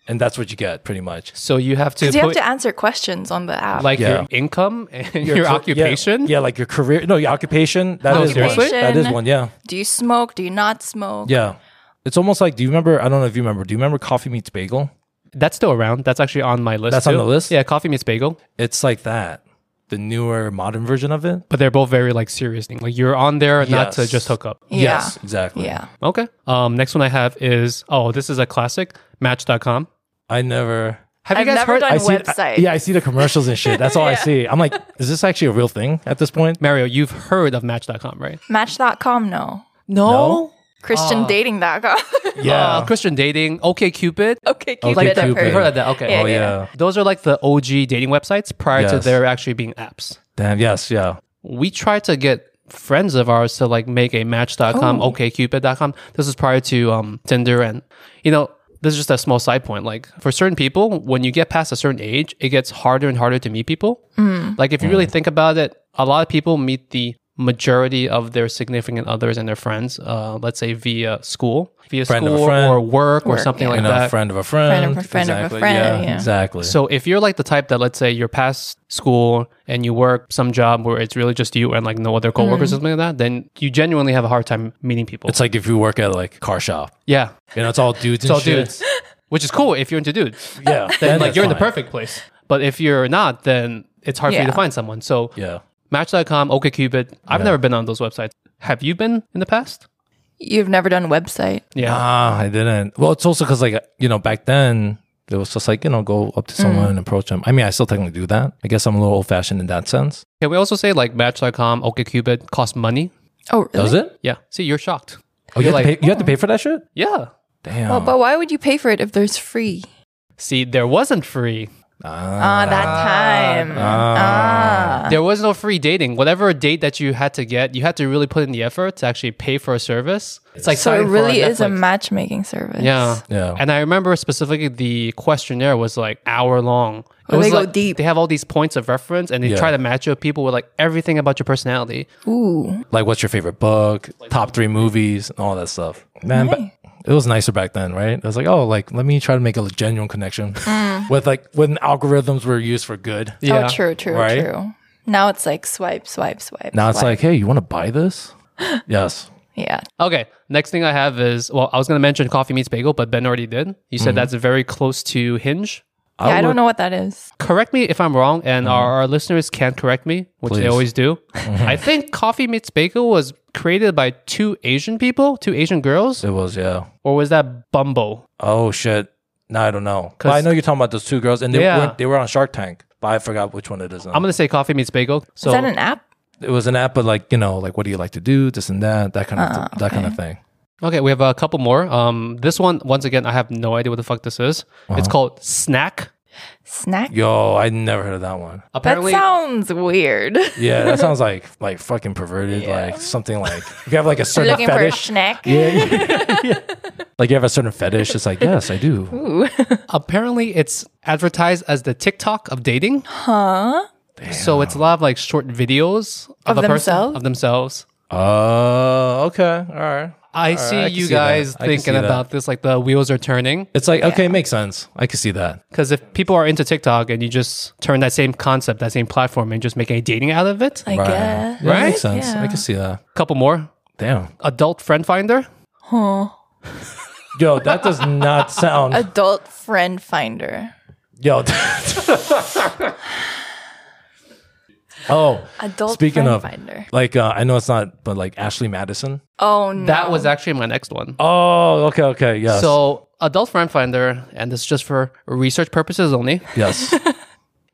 Speaker 3: and that's what you get pretty much.
Speaker 5: So you have to
Speaker 4: Because you have
Speaker 5: put
Speaker 4: to answer questions on the app.
Speaker 5: like
Speaker 3: Yeah.
Speaker 5: your income and your,
Speaker 3: co- yeah,
Speaker 5: occupation.
Speaker 3: Yeah, like your career. No, your occupation. That is
Speaker 5: Occupation.
Speaker 3: one. That is one. Yeah,
Speaker 4: do you smoke? Do you not smoke?
Speaker 3: yeah. It's almost like. Do you remember? I don't know if you remember. Do you remember Coffee Meets Bagel?
Speaker 5: That's still around. That's actually on my list.
Speaker 3: That's on
Speaker 5: too.
Speaker 3: the list?
Speaker 5: Yeah, coffee meets bagel.
Speaker 3: It's like that. The newer modern version of it.
Speaker 5: But they're both very like serious thing. Like you're on there not to
Speaker 3: Yes.
Speaker 5: just hook up.
Speaker 4: Yeah.
Speaker 3: Yes, exactly.
Speaker 4: Yeah.
Speaker 5: Okay. Um, next one I have is oh, this is a classic, Match.com.
Speaker 3: I never.
Speaker 5: Have
Speaker 4: I've never done
Speaker 3: I see.
Speaker 4: website.
Speaker 3: yeah, I see the commercials and shit. That's all I see. I'm like, is this actually a real thing at this point?
Speaker 5: Mario? You've heard of Match.com, right?
Speaker 4: Match.com, no.
Speaker 3: No?
Speaker 4: ChristianDating.com.
Speaker 3: Yeah.
Speaker 5: Uh, Christian dating. Okay, Cupid.
Speaker 4: okay, keep
Speaker 3: Okay,
Speaker 4: it at
Speaker 3: Cupid.
Speaker 5: You've heard
Speaker 4: first.
Speaker 5: of that? Okay.
Speaker 4: Yeah,
Speaker 3: oh
Speaker 4: yeah.
Speaker 3: yeah.
Speaker 5: Those are like the OG dating websites prior to
Speaker 3: Yes.
Speaker 5: there actually being apps.
Speaker 3: Damn. Yes. Yeah.
Speaker 5: we tried to get friends of ours to like make a match.com
Speaker 4: Oh.
Speaker 5: okcupid.com this is prior to um, tinder and you know this is just a small side point like for certain people when you get past a certain age it gets harder and harder to meet people
Speaker 4: Mm.
Speaker 5: like if you
Speaker 3: Mm.
Speaker 5: really think about it a lot of people meet the majority of their significant others and their friends uh, let's say via school via
Speaker 3: Friend of a
Speaker 5: school
Speaker 3: friend.
Speaker 5: or work, or
Speaker 4: Work,
Speaker 5: something
Speaker 4: yeah.
Speaker 5: like
Speaker 3: and
Speaker 5: that
Speaker 3: a friend of a friend.
Speaker 4: Friend of a friend of a friend, yeah.
Speaker 3: Exactly.
Speaker 5: so if you're like the type that let's say you're past school and you work some job where it's really just you and like no other coworkers or something like that, then you genuinely have a hard time meeting people.
Speaker 3: it's like if you work at like car shop,
Speaker 5: yeah,
Speaker 3: you know, it's all dudes.
Speaker 5: it's
Speaker 3: and
Speaker 5: all
Speaker 3: shit.
Speaker 5: dudes, which is cool if you're into dudes.
Speaker 3: Yeah.
Speaker 5: Then like
Speaker 3: it's
Speaker 5: you're in the
Speaker 3: fine.
Speaker 5: perfect place. But if you're not, then it's hard for you
Speaker 4: Yeah.
Speaker 5: to find someone. So
Speaker 3: Yeah.
Speaker 5: Match.com, OkCupid. I've never been on those websites. Have you been in the past?
Speaker 4: You've never done website.
Speaker 5: Yeah.
Speaker 3: Ah, I didn't. Well, it's also because like you know back then it was just like you know go up to someone and approach them. I mean, I still technically do that. I guess I'm a little old fashioned in that sense.
Speaker 5: Can we also say like Match.com, OkCupid cost money?
Speaker 4: Oh, really?
Speaker 3: Does it?
Speaker 5: Yeah. See, you're shocked.
Speaker 3: Oh, you
Speaker 5: You're
Speaker 3: have, to
Speaker 5: like-
Speaker 3: pay, you have to pay for that shit.
Speaker 5: Yeah.
Speaker 3: Damn.
Speaker 4: Well, but why would you pay for it if there's free?
Speaker 5: See, there wasn't free.
Speaker 4: Ah, that time.
Speaker 5: There was no free dating. Whatever date that you had to get, you had to really put in the effort to actually pay for a service. It's like
Speaker 4: so it
Speaker 5: signing for
Speaker 4: really is a
Speaker 5: Netflix.
Speaker 4: matchmaking service.
Speaker 5: Yeah.
Speaker 3: Yeah.
Speaker 5: And I remember specifically the questionnaire was like hour long. It
Speaker 4: Oh,
Speaker 5: was
Speaker 4: they go
Speaker 5: like-
Speaker 4: deep.
Speaker 5: They have all these points of reference and they
Speaker 3: Yeah.
Speaker 5: try to match up people with like everything about your personality.
Speaker 4: Ooh.
Speaker 3: like, what's your favorite book? Top three movies, and all that stuff. Man, ba- it was nicer back then, right? It was like, oh, like let me try to make a genuine connection with like when algorithms were used for good.
Speaker 5: Yeah.
Speaker 4: Oh, true, true,
Speaker 3: Right?
Speaker 4: true. Now it's like swipe, swipe, swipe.
Speaker 3: Now it's
Speaker 4: swipe.
Speaker 3: like, hey, you want to buy this? yes.
Speaker 4: yeah.
Speaker 5: Okay. Next thing I have is well, I was gonna mention coffee meets bagel, but Ben already did. You said that's very close to hinge.
Speaker 4: Yeah, I
Speaker 3: would-
Speaker 4: don't know what that is.
Speaker 5: correct me if I'm wrong, and our, our listeners can correct me, which
Speaker 3: Mm-hmm. Please. Mm-hmm.
Speaker 5: they always do. I think Coffee Meets Bagel was created by two Asian people, two Asian girls,
Speaker 3: It was, yeah.
Speaker 5: or was that Bumbo?
Speaker 3: Oh shit. No, I don't know. But I know you're talking about those two girls, and they
Speaker 5: Yeah.
Speaker 3: weren't, they were on Shark Tank, but I forgot which one it is. now.
Speaker 5: I'm gonna say Coffee Meets Bagel. So
Speaker 4: is that an app?
Speaker 3: it was an app, but like you know, like what do you like to do, this and that, that kind
Speaker 4: Oh,
Speaker 3: of that kind of thing.
Speaker 5: okay, we have a couple more. Um, this one once again, I have no idea what the fuck this is.
Speaker 3: Uh-huh.
Speaker 5: It's called Snack.
Speaker 4: Snack?
Speaker 3: Yo, I never heard of that one.
Speaker 4: that
Speaker 5: Apparently,
Speaker 4: sounds weird.
Speaker 3: Yeah, that sounds like like fucking perverted, like something like if you have like a certain
Speaker 4: Looking for a
Speaker 3: fetish,
Speaker 4: snack?
Speaker 3: like you have a certain fetish, it's like yes, I do.
Speaker 5: apparently it's advertised as the TikTok of dating. Huh. So it's a lot of like short videos of,
Speaker 4: Of
Speaker 5: a person
Speaker 4: themselves?
Speaker 5: of themselves.
Speaker 3: Oh, okay, all right.
Speaker 5: I see
Speaker 3: I can
Speaker 5: you
Speaker 3: see that.
Speaker 5: guys
Speaker 3: I can
Speaker 5: thinking
Speaker 3: see that.
Speaker 5: about this like the wheels are turning.
Speaker 3: It's like okay, makes sense. I can see that.
Speaker 5: Because if people are into TikTok and you just turn that same concept, that same platform, and just make a dating out of it,
Speaker 4: I
Speaker 3: Right,
Speaker 4: guess.
Speaker 3: Yeah,
Speaker 5: Right?
Speaker 3: makes sense. I
Speaker 4: Yeah.
Speaker 3: can see that.
Speaker 5: couple more
Speaker 3: Damn,
Speaker 5: adult friend finder.
Speaker 3: yo, that does not sound.
Speaker 4: Adult friend finder.
Speaker 3: Yo. oh,
Speaker 4: Adult
Speaker 3: speaking
Speaker 4: friend
Speaker 3: of,
Speaker 4: finder.
Speaker 3: like uh, I know it's not, but like Ashley Madison.
Speaker 4: Oh no.
Speaker 5: That was actually my next one.
Speaker 3: Oh, okay, okay, yes,
Speaker 5: So adult friend finder, and this is just for research purposes only.
Speaker 3: yes,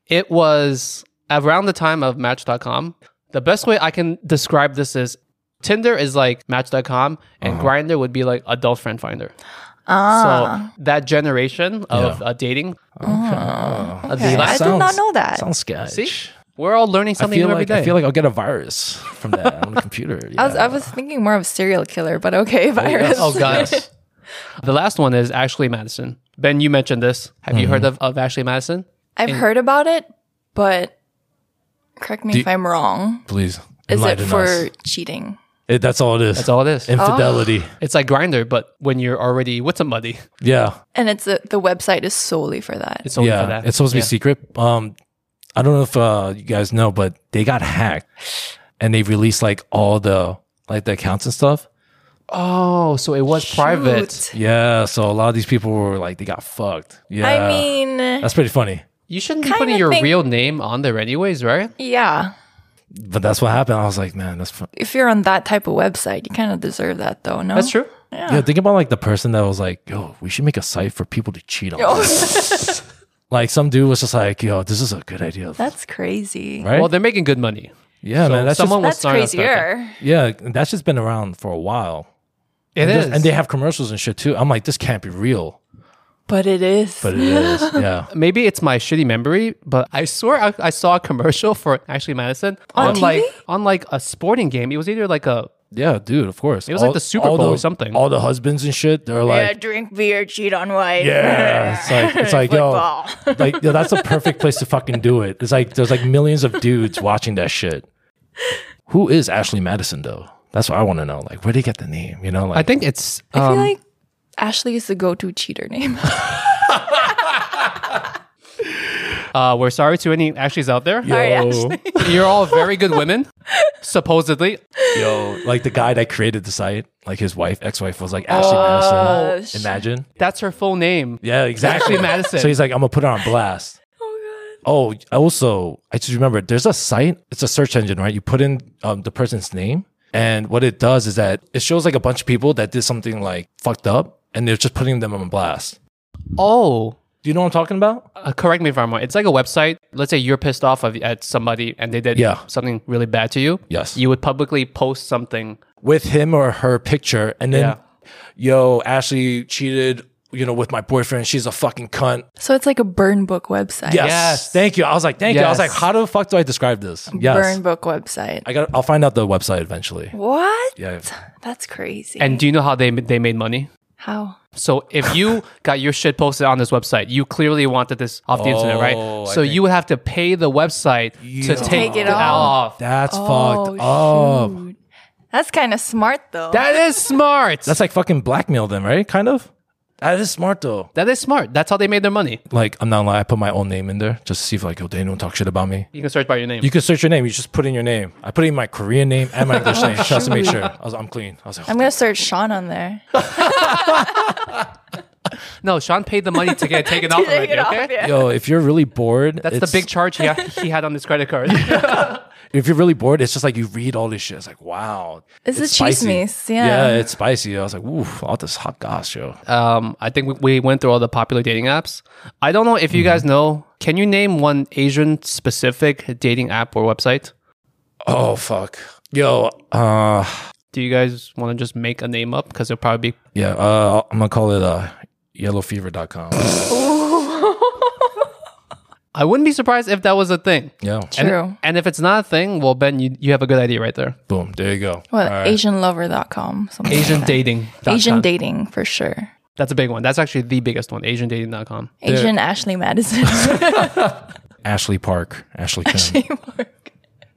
Speaker 5: It was around the time of Match.com. The best way I can describe
Speaker 3: Uh-huh.
Speaker 5: this is Tinder is like Match.com, and Grinder would be like adult friend finder. So that generation of
Speaker 3: Yeah.
Speaker 5: uh, dating, Uh, the
Speaker 4: Okay.
Speaker 5: last-
Speaker 4: I did not know that.
Speaker 3: Sounds sketch.
Speaker 5: see, we're all learning
Speaker 3: I
Speaker 5: something
Speaker 3: feel
Speaker 5: new every
Speaker 3: like
Speaker 5: day.
Speaker 3: I feel like I'll get a virus from that on the computer.
Speaker 4: I was,
Speaker 3: yeah.
Speaker 4: I was thinking more of serial killer, but okay, virus.
Speaker 5: oh god. the last one is Ashley Madison. Ben, you mentioned this. Have you heard
Speaker 3: Mm-hmm.
Speaker 5: of, of Ashley Madison?
Speaker 4: I've heard about it, but correct me
Speaker 3: Do-
Speaker 4: if I'm wrong.
Speaker 3: Please.
Speaker 4: Is it
Speaker 3: enlighten
Speaker 4: for
Speaker 3: us.
Speaker 4: cheating?
Speaker 3: It- that's all it is.
Speaker 5: That's all it is.
Speaker 3: Infidelity.
Speaker 4: Oh.
Speaker 5: It's like Grinder, but when you're already with somebody,
Speaker 3: Yeah.
Speaker 4: And it's a, the website is solely for that.
Speaker 5: it's only
Speaker 3: yeah.
Speaker 5: for that.
Speaker 3: It's supposed to
Speaker 5: Yeah.
Speaker 3: be secret. Um, I don't know if uh, you guys know, but they got hacked and they released like all the like the accounts and stuff.
Speaker 5: Oh, so it was private.
Speaker 4: Shoot.
Speaker 3: Yeah. So a lot of these people were like they got fucked. Yeah.
Speaker 4: I mean,
Speaker 3: that's pretty funny.
Speaker 5: You shouldn't be
Speaker 4: Kinda
Speaker 5: putting your
Speaker 4: think-
Speaker 5: real name on there, anyways, right?
Speaker 4: yeah.
Speaker 3: But that's what happened. I was like, man, that's fun.
Speaker 4: If you're on that type of website, you kind of deserve that, though. No,
Speaker 5: That's true.
Speaker 3: Yeah. Think about like the person that was like, yo, we should make a site for people to cheat on. us." like some dude was just like, yo, this is a good idea.
Speaker 4: That's crazy.
Speaker 3: right?
Speaker 5: Well, they're making good money.
Speaker 3: yeah, man. That's
Speaker 5: someone
Speaker 4: That's
Speaker 5: Sorry, that's
Speaker 4: crazier.
Speaker 3: just, yeah, that's just been around for a while.
Speaker 5: It
Speaker 3: and
Speaker 5: is,
Speaker 3: there's- and they have commercials and shit too. I'm like, this can't be real,
Speaker 4: But it is.
Speaker 3: but it is. Yeah,
Speaker 5: maybe it's my shitty memory, but I swear I, I saw a commercial for Ashley Madison
Speaker 4: On TV?
Speaker 5: like on like a sporting game. It was either like a
Speaker 3: yeah, dude. Of course, it
Speaker 5: was like the Super Bowl or something.
Speaker 3: All the husbands and shit, they're
Speaker 4: yeah,
Speaker 3: like,
Speaker 4: drink beer, cheat on wife.
Speaker 3: yeah, it's like it's like yo,
Speaker 4: Football.
Speaker 3: like yo, that's the perfect place to fucking do it. It's like there's like millions of dudes watching that shit. Who is Ashley Madison though? That's what I want to know. Like, where did he get the name? You know, like
Speaker 5: I think it's
Speaker 4: I feel
Speaker 5: um,
Speaker 4: like Ashley is the go-to cheater name.
Speaker 5: uh, we're sorry to any Ashleys out there.
Speaker 4: Sorry,
Speaker 3: yo,
Speaker 4: Ashley.
Speaker 5: You're all very good women, supposedly.
Speaker 3: yo, like the guy that created the site, like his wife, ex-wife was like Ashley Madison.
Speaker 4: Oh, shit.
Speaker 3: Imagine.
Speaker 5: That's her full name.
Speaker 3: Yeah, exactly.
Speaker 5: Ashley Madison.
Speaker 3: So he's like, I'm gonna put her on blast. Oh, God. oh, also, I just remembered there's a site, it's a search engine, right? You put in um, the person's name, and what it does is that it shows like a bunch of people that did something like fucked up, and they're just putting them on blast.
Speaker 5: Oh,
Speaker 3: Do you know what I'm talking about?
Speaker 5: uh, correct me if I'm wrong. It's like a website. Let's say you're pissed off of, at somebody and they did
Speaker 3: Yeah.
Speaker 5: something really bad to you.
Speaker 3: Yes.
Speaker 5: You would publicly post something.
Speaker 3: With him or her picture, and then, yo, Ashley cheated, you know, with my boyfriend. She's a fucking cunt.
Speaker 4: so it's like a burn book website.
Speaker 3: Yes,
Speaker 5: Yes.
Speaker 3: thank you. I was like, thank you. I was like,
Speaker 5: Yes.
Speaker 3: how the fuck do I describe this? Yes,
Speaker 4: Burn book website.
Speaker 3: I got. I'll find out the website eventually.
Speaker 4: what?
Speaker 3: Yeah.
Speaker 4: That's crazy.
Speaker 5: And do you know how they they made money?
Speaker 4: how?
Speaker 5: So if you got your shit posted on this website, you clearly wanted this off the internet,
Speaker 3: Oh,
Speaker 5: right?
Speaker 3: I
Speaker 5: So you would have to pay the website to take,
Speaker 4: Take it
Speaker 5: that
Speaker 4: off.
Speaker 5: off.
Speaker 3: That's fucked
Speaker 4: Oh,
Speaker 3: up.
Speaker 4: shoot. That's kind of smart though.
Speaker 5: That is smart.
Speaker 3: That's like fucking blackmail them, right? Kind of. That is smart though.
Speaker 5: that is smart. That's how they made their money.
Speaker 3: Like I'm not lying. I put my own name in there just to see if like, oh, they don't talk shit about me.
Speaker 5: You can search by your name.
Speaker 3: You can search your name. You just put in your name. I put in my Korean name and my English name just to make sure. I was, I'm clean. I was like,
Speaker 4: I'm gonna search Sean on there.
Speaker 5: no, Sean paid the money to get it taken off already, okay?
Speaker 3: yo, if you're really bored,
Speaker 5: That's
Speaker 3: it's-
Speaker 5: the big charge he, ha- he had on his credit card.
Speaker 3: If you're really bored, it's just like you read all this shit. It's like, wow,
Speaker 4: It's a cheese
Speaker 3: spicy.
Speaker 4: mace, yeah.
Speaker 3: yeah, it's spicy. I was like, ooh, all this hot goss, yo.
Speaker 5: um, I think we, we went through all the popular dating apps. I don't know if you guys know. Can you name one Asian specific dating app or website?
Speaker 3: Oh fuck, yo. Uh,
Speaker 5: Do you guys want to just make a name up? Because it'll probably be
Speaker 3: yeah. Uh, I'm gonna call it uh, yellowfever.com.
Speaker 5: I wouldn't be surprised if that was a thing.
Speaker 3: yeah.
Speaker 5: And,
Speaker 4: True.
Speaker 5: And if it's not a thing, well, Ben, you, you have a good idea right there.
Speaker 3: Boom. There you go.
Speaker 4: What?
Speaker 3: All right.
Speaker 4: AsianLover.com. something like
Speaker 5: Asian
Speaker 4: that.
Speaker 5: dating.
Speaker 4: Asian dating for sure.
Speaker 5: That's a big one. That's actually the biggest one. AsianDating.com.
Speaker 4: Asian Ashley Madison.
Speaker 3: Ashley Park, Ashley Kim.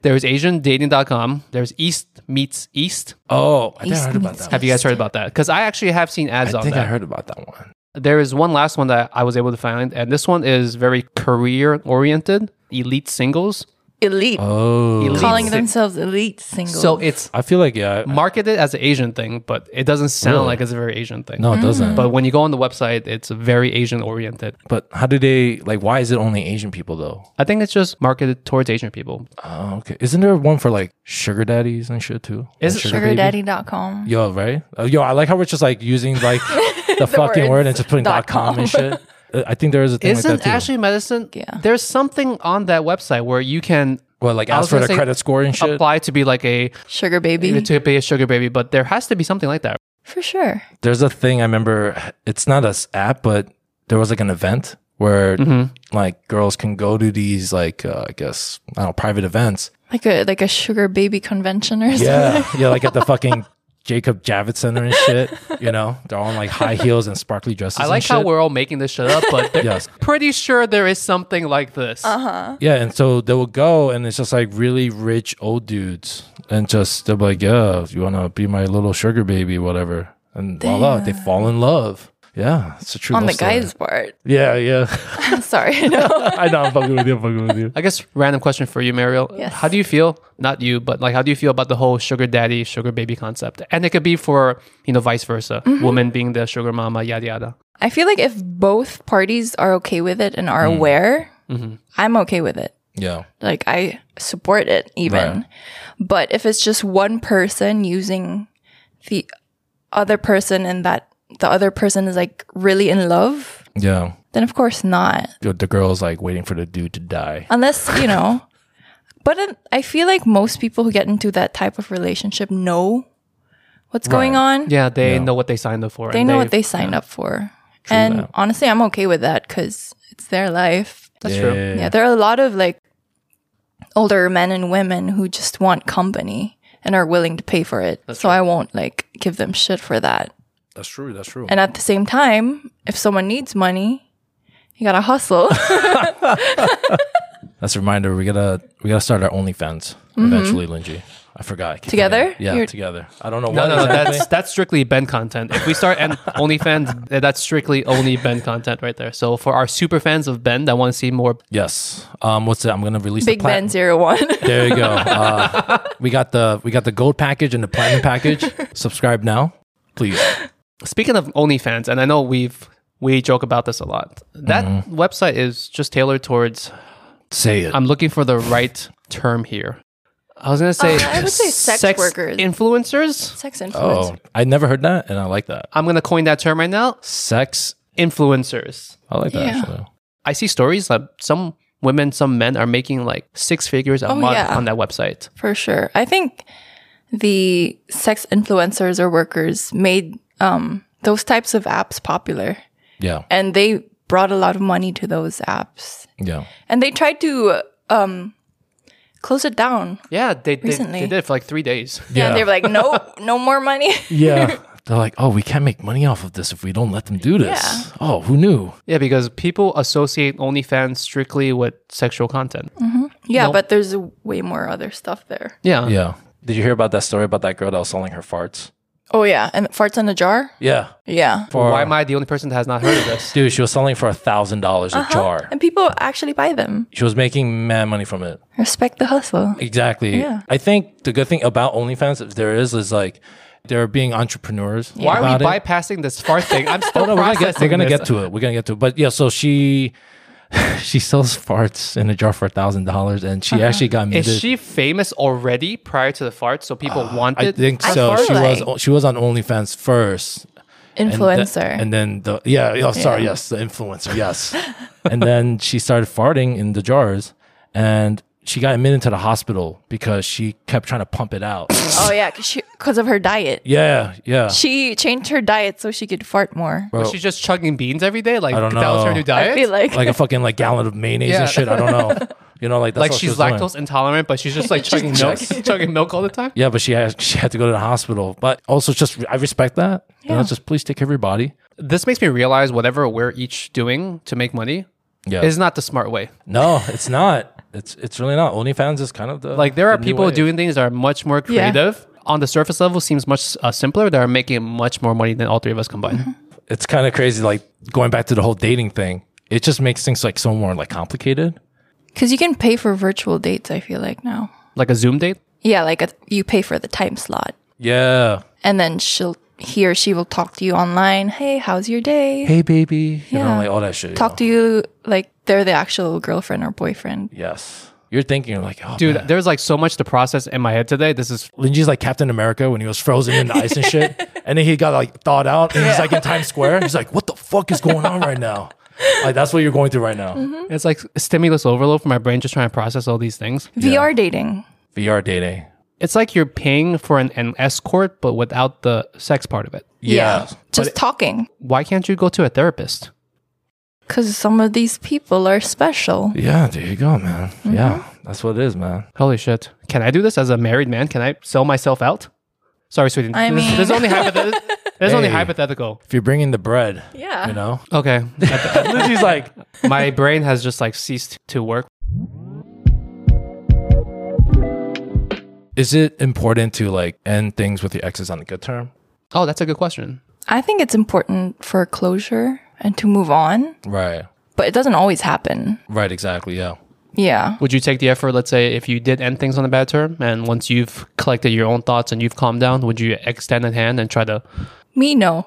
Speaker 5: There's AsianDating.com. There's East Meets East.
Speaker 3: Oh, I think I
Speaker 4: East
Speaker 3: heard about
Speaker 4: meets
Speaker 3: that.
Speaker 5: Have you guys heard about that? Because I actually have seen ads
Speaker 3: I
Speaker 5: on
Speaker 3: think
Speaker 5: that.
Speaker 3: I heard about that one.
Speaker 5: There is one last one that I was able to find, and this one is very career oriented. Elite singles.
Speaker 4: elite.
Speaker 3: Oh,
Speaker 5: Elite
Speaker 4: Calling
Speaker 5: sing-
Speaker 4: themselves elite single.
Speaker 5: So it's
Speaker 3: I feel like yeah. I-
Speaker 5: marketed as an Asian thing, but it doesn't sound
Speaker 3: Really?
Speaker 5: like it's a very Asian thing.
Speaker 3: no, it
Speaker 4: Mm-hmm.
Speaker 3: doesn't. But
Speaker 5: But when you go on the website, it's very Asian oriented.
Speaker 3: but how do they like? Why is it only Asian people though?
Speaker 5: I think it's just marketed towards Asian people.
Speaker 3: Oh, okay. Isn't there one for like sugar daddies and shit too?
Speaker 5: Is
Speaker 3: Like
Speaker 5: it
Speaker 3: baby?
Speaker 4: sugardaddy.com.
Speaker 3: Yo, right? Uh, yo, I like how we're just like using like the, fucking word and just putting dot
Speaker 4: Dot
Speaker 3: com and
Speaker 4: com.
Speaker 3: shit. Uh, I think there is a thing like
Speaker 5: Isn't
Speaker 3: that too.
Speaker 5: Ashley Madison?
Speaker 4: Yeah.
Speaker 5: There's something on that website where you can
Speaker 3: well, like
Speaker 5: I
Speaker 3: ask
Speaker 5: was
Speaker 3: for
Speaker 5: gonna
Speaker 3: the
Speaker 5: say
Speaker 3: credit score and shit.
Speaker 5: apply to be like a
Speaker 4: Sugar baby.
Speaker 5: to be a sugar baby, but there has to be something like that.
Speaker 4: for sure.
Speaker 3: There's a thing I remember. It's not an app, but there was like an event where
Speaker 5: Mm-hmm.
Speaker 3: like girls can go to these like uh, I guess I don't know private events.
Speaker 4: Like a like a sugar baby convention or
Speaker 3: Yeah, yeah, like at the fucking Jacob Javits Center and shit. You know, they're all in like high heels and sparkly dresses.
Speaker 5: I
Speaker 3: and
Speaker 5: like how
Speaker 3: shit.
Speaker 5: we're all making this shit up, but there-
Speaker 3: Yes.
Speaker 5: pretty sure there is something like this.
Speaker 4: Uh-huh.
Speaker 3: Yeah, and so they will go, and it's just like really rich old dudes, and just they're like, "Yeah, you wanna be my little sugar baby, whatever," and voila, they fall in love. Yeah, it's a true
Speaker 4: on the
Speaker 3: love story.
Speaker 4: guy's part.
Speaker 3: Yeah, yeah.
Speaker 4: Sorry, no.
Speaker 3: I know. I'm fucking with you. I'm fucking with you.
Speaker 5: I guess random question for you, Mariel.
Speaker 4: Yes.
Speaker 5: How do you feel? Not you, but like how do you feel about the whole sugar daddy, sugar baby concept? And it could be for, you know, vice versa.
Speaker 4: Mm-hmm.
Speaker 5: Woman being the sugar mama, yada yada.
Speaker 4: I feel like if both parties are okay with it and
Speaker 3: Mm.
Speaker 4: are aware,
Speaker 3: Mm-hmm.
Speaker 4: I'm okay with it.
Speaker 3: Yeah,
Speaker 4: Like I support it even.
Speaker 3: Right.
Speaker 4: But if it's just one person using the other person and that the other person is like really in love,
Speaker 3: yeah.
Speaker 4: then of course not.
Speaker 3: The the girl's like waiting for the dude to die.
Speaker 4: Unless, you know. But it- I feel like most people who get into that type of relationship know what's going on.
Speaker 5: Yeah, they know what they signed up for.
Speaker 4: They
Speaker 5: and
Speaker 4: know what they signed up for. and
Speaker 3: that.
Speaker 4: honestly, I'm okay with that because it's their life.
Speaker 5: That's
Speaker 3: yeah,
Speaker 5: true.
Speaker 4: Yeah, there are a lot of like older men and women who just want company and are willing to pay for it. so I won't like give them shit for that.
Speaker 3: That's true. That's true.
Speaker 4: And at the same time, if someone needs money, you gotta hustle.
Speaker 3: That's a reminder. We gotta we gotta start our OnlyFans eventually, Linji. I forgot. I keep
Speaker 4: Mm-hmm. Together?
Speaker 3: forgetting. Yeah,
Speaker 4: You're-
Speaker 3: together. I don't know
Speaker 5: No,
Speaker 3: what
Speaker 5: Oh, no, no,
Speaker 3: exactly.
Speaker 5: that's that's strictly Ben content. If we start and OnlyFans, that's strictly only Ben content right there. So for our super fans of Ben that want to see more,
Speaker 3: yes. Um, what's it? I'm gonna release
Speaker 4: Big
Speaker 3: the plat-
Speaker 4: Ben zero one.
Speaker 3: There you go. Uh, we got the we got the gold package and the platinum package. Subscribe now, please.
Speaker 5: speaking of OnlyFans, and I know we've we joke about this a lot. That website is just tailored towards.
Speaker 3: Say it.
Speaker 5: I'm looking for the right term here. I was gonna say,
Speaker 4: Uh, I would say sex workers.
Speaker 5: influencers.
Speaker 4: Sex influence.
Speaker 3: oh, I never heard that, and I like that.
Speaker 5: I'm gonna coin that term right now.
Speaker 3: Sex.
Speaker 5: Influencers.
Speaker 3: I like that
Speaker 4: Yeah.
Speaker 3: actually.
Speaker 5: I see stories that some women, some men are making like six figures a
Speaker 4: Oh,
Speaker 5: month
Speaker 4: yeah.
Speaker 5: on that website.
Speaker 4: For sure. I think the sex influencers or workers made um, those types of apps popular
Speaker 3: Yeah,
Speaker 4: and they brought a lot of money to those apps.
Speaker 3: yeah.
Speaker 4: And they tried to um, close it down.
Speaker 5: Yeah, they, they,
Speaker 4: Recently.
Speaker 5: they did it for like three days.
Speaker 4: Yeah. And they were like, no, no more money.
Speaker 3: Yeah. They're like, oh, we can't make money off of this if we don't let them do this. Oh, who knew?
Speaker 5: Yeah, because people associate OnlyFans strictly with sexual content.
Speaker 4: yeah, but there's way more other stuff there.
Speaker 5: Yeah.
Speaker 3: Yeah. Did you hear about that story about that girl that was selling her farts?
Speaker 4: Oh, yeah. And farts in a jar?
Speaker 3: Yeah.
Speaker 4: Yeah.
Speaker 3: For,
Speaker 5: Why am I the only person that has not heard of this?
Speaker 3: Dude, she was selling for a thousand dollars
Speaker 5: Uh-huh.
Speaker 3: a jar.
Speaker 4: And people actually buy them.
Speaker 3: She was making mad money from it.
Speaker 4: Respect the hustle.
Speaker 3: Exactly.
Speaker 4: Yeah.
Speaker 3: I think the good thing about OnlyFans, if there is, is like they're being entrepreneurs.
Speaker 5: Why are we
Speaker 3: about it.
Speaker 5: bypassing this fart thing? I'm still
Speaker 3: Oh no, we're gonna get
Speaker 5: processing
Speaker 3: we're gonna
Speaker 5: this.
Speaker 3: get to it. We're gonna get to it. But yeah, so she she sells farts in a jar for a thousand dollars, and she actually got admitted.
Speaker 5: Uh-huh. Is she famous already prior to the fart? So people wanted.
Speaker 3: I think
Speaker 4: I
Speaker 3: so.
Speaker 4: feel
Speaker 3: she
Speaker 4: like-
Speaker 3: was she was on OnlyFans first, and the-
Speaker 4: Influencer.
Speaker 3: and then the yeah, yeah, sorry, yes, the influencer, yes, and then she started farting in the jars, and she got admitted to the hospital because she kept trying to pump it out.
Speaker 4: oh, yeah. Because of her diet.
Speaker 3: yeah, yeah.
Speaker 4: She changed her diet so she could fart more.
Speaker 5: was she just chugging beans every day? Like
Speaker 3: don't
Speaker 5: that was her
Speaker 3: know.
Speaker 5: new
Speaker 4: I
Speaker 5: diet.
Speaker 4: feel like,
Speaker 3: like a fucking like gallon of mayonnaise
Speaker 5: Yeah.
Speaker 3: and shit. I don't know. You know, like that's
Speaker 5: like
Speaker 3: all she
Speaker 5: she's
Speaker 3: was doing.
Speaker 5: lactose intolerant, but she's just like chugging milk, chugging milk all the time.
Speaker 3: Yeah, but she had she had to go to the hospital. But also, just I respect that. You know, just please take care of your body.
Speaker 5: This makes me realize whatever we're each doing to make money
Speaker 3: Yeah.
Speaker 5: is not the smart way.
Speaker 3: no, it's not. It's it's really not. OnlyFans is kind of the
Speaker 5: Like there are
Speaker 3: the new
Speaker 5: people
Speaker 3: wave.
Speaker 5: doing things that are much more
Speaker 4: Yeah.
Speaker 5: creative. On the surface level, seems much uh, simpler. That are making much more money than all three of us combined.
Speaker 4: Mm-hmm.
Speaker 3: It's kind of crazy. Like going back to the whole dating thing, it just makes things like so more like complicated.
Speaker 4: because you can pay for virtual dates, I feel like now.
Speaker 5: Like a Zoom date.
Speaker 4: Yeah, like a, you pay for the time slot.
Speaker 3: Yeah.
Speaker 4: And then she'll, he or she will talk to you online. Hey, how's your day?
Speaker 3: Hey, baby. You know,
Speaker 4: Yeah.
Speaker 3: like all that shit.
Speaker 4: Talk to you like they're the actual girlfriend or boyfriend.
Speaker 3: Yes. You're thinking like, oh,
Speaker 5: Dude,
Speaker 3: dude.
Speaker 5: there's like so much to process in my head today. This is
Speaker 3: Linji's like Captain America when he was frozen in the ice and shit. And then he got like thawed out and he's like in Times Square. He's like, what the fuck is going on right now? Like, that's what you're going through right now.
Speaker 4: Mm-hmm.
Speaker 5: it's like stimulus overload for my brain just trying to process all these things.
Speaker 4: VR dating.
Speaker 3: VR dating.
Speaker 5: It's like you're paying for an, an escort but without the sex part of it.
Speaker 3: Yeah.
Speaker 4: Just talking.
Speaker 5: Why can't you go to a therapist?
Speaker 4: Because some of these people are special.
Speaker 3: Yeah, there you go, man.
Speaker 4: Mm-hmm.
Speaker 3: Yeah, that's what it is, man.
Speaker 5: Holy shit. Can I do this as a married man? Can I sell myself out? Sorry, Sweden.
Speaker 4: I
Speaker 5: this,
Speaker 4: mean-
Speaker 5: this is only hypothetical. This is only
Speaker 3: Hey.
Speaker 5: hypothetical.
Speaker 3: If you're bringing the bread,
Speaker 4: Yeah.
Speaker 3: you know,
Speaker 5: Okay.
Speaker 3: Lucy's like,
Speaker 5: My brain has just like ceased to work.
Speaker 3: is it important to like end things with your exes on a good term?
Speaker 5: Oh, that's a good question.
Speaker 4: I think it's important for closure and to move on,
Speaker 3: Right,
Speaker 4: but it doesn't always happen.
Speaker 3: right, exactly. Yeah,
Speaker 4: Yeah.
Speaker 5: Would you take the effort, let's say, if you did end things on a bad term and once you've collected your own thoughts and you've calmed down, would you extend a hand and try to
Speaker 4: Me, no.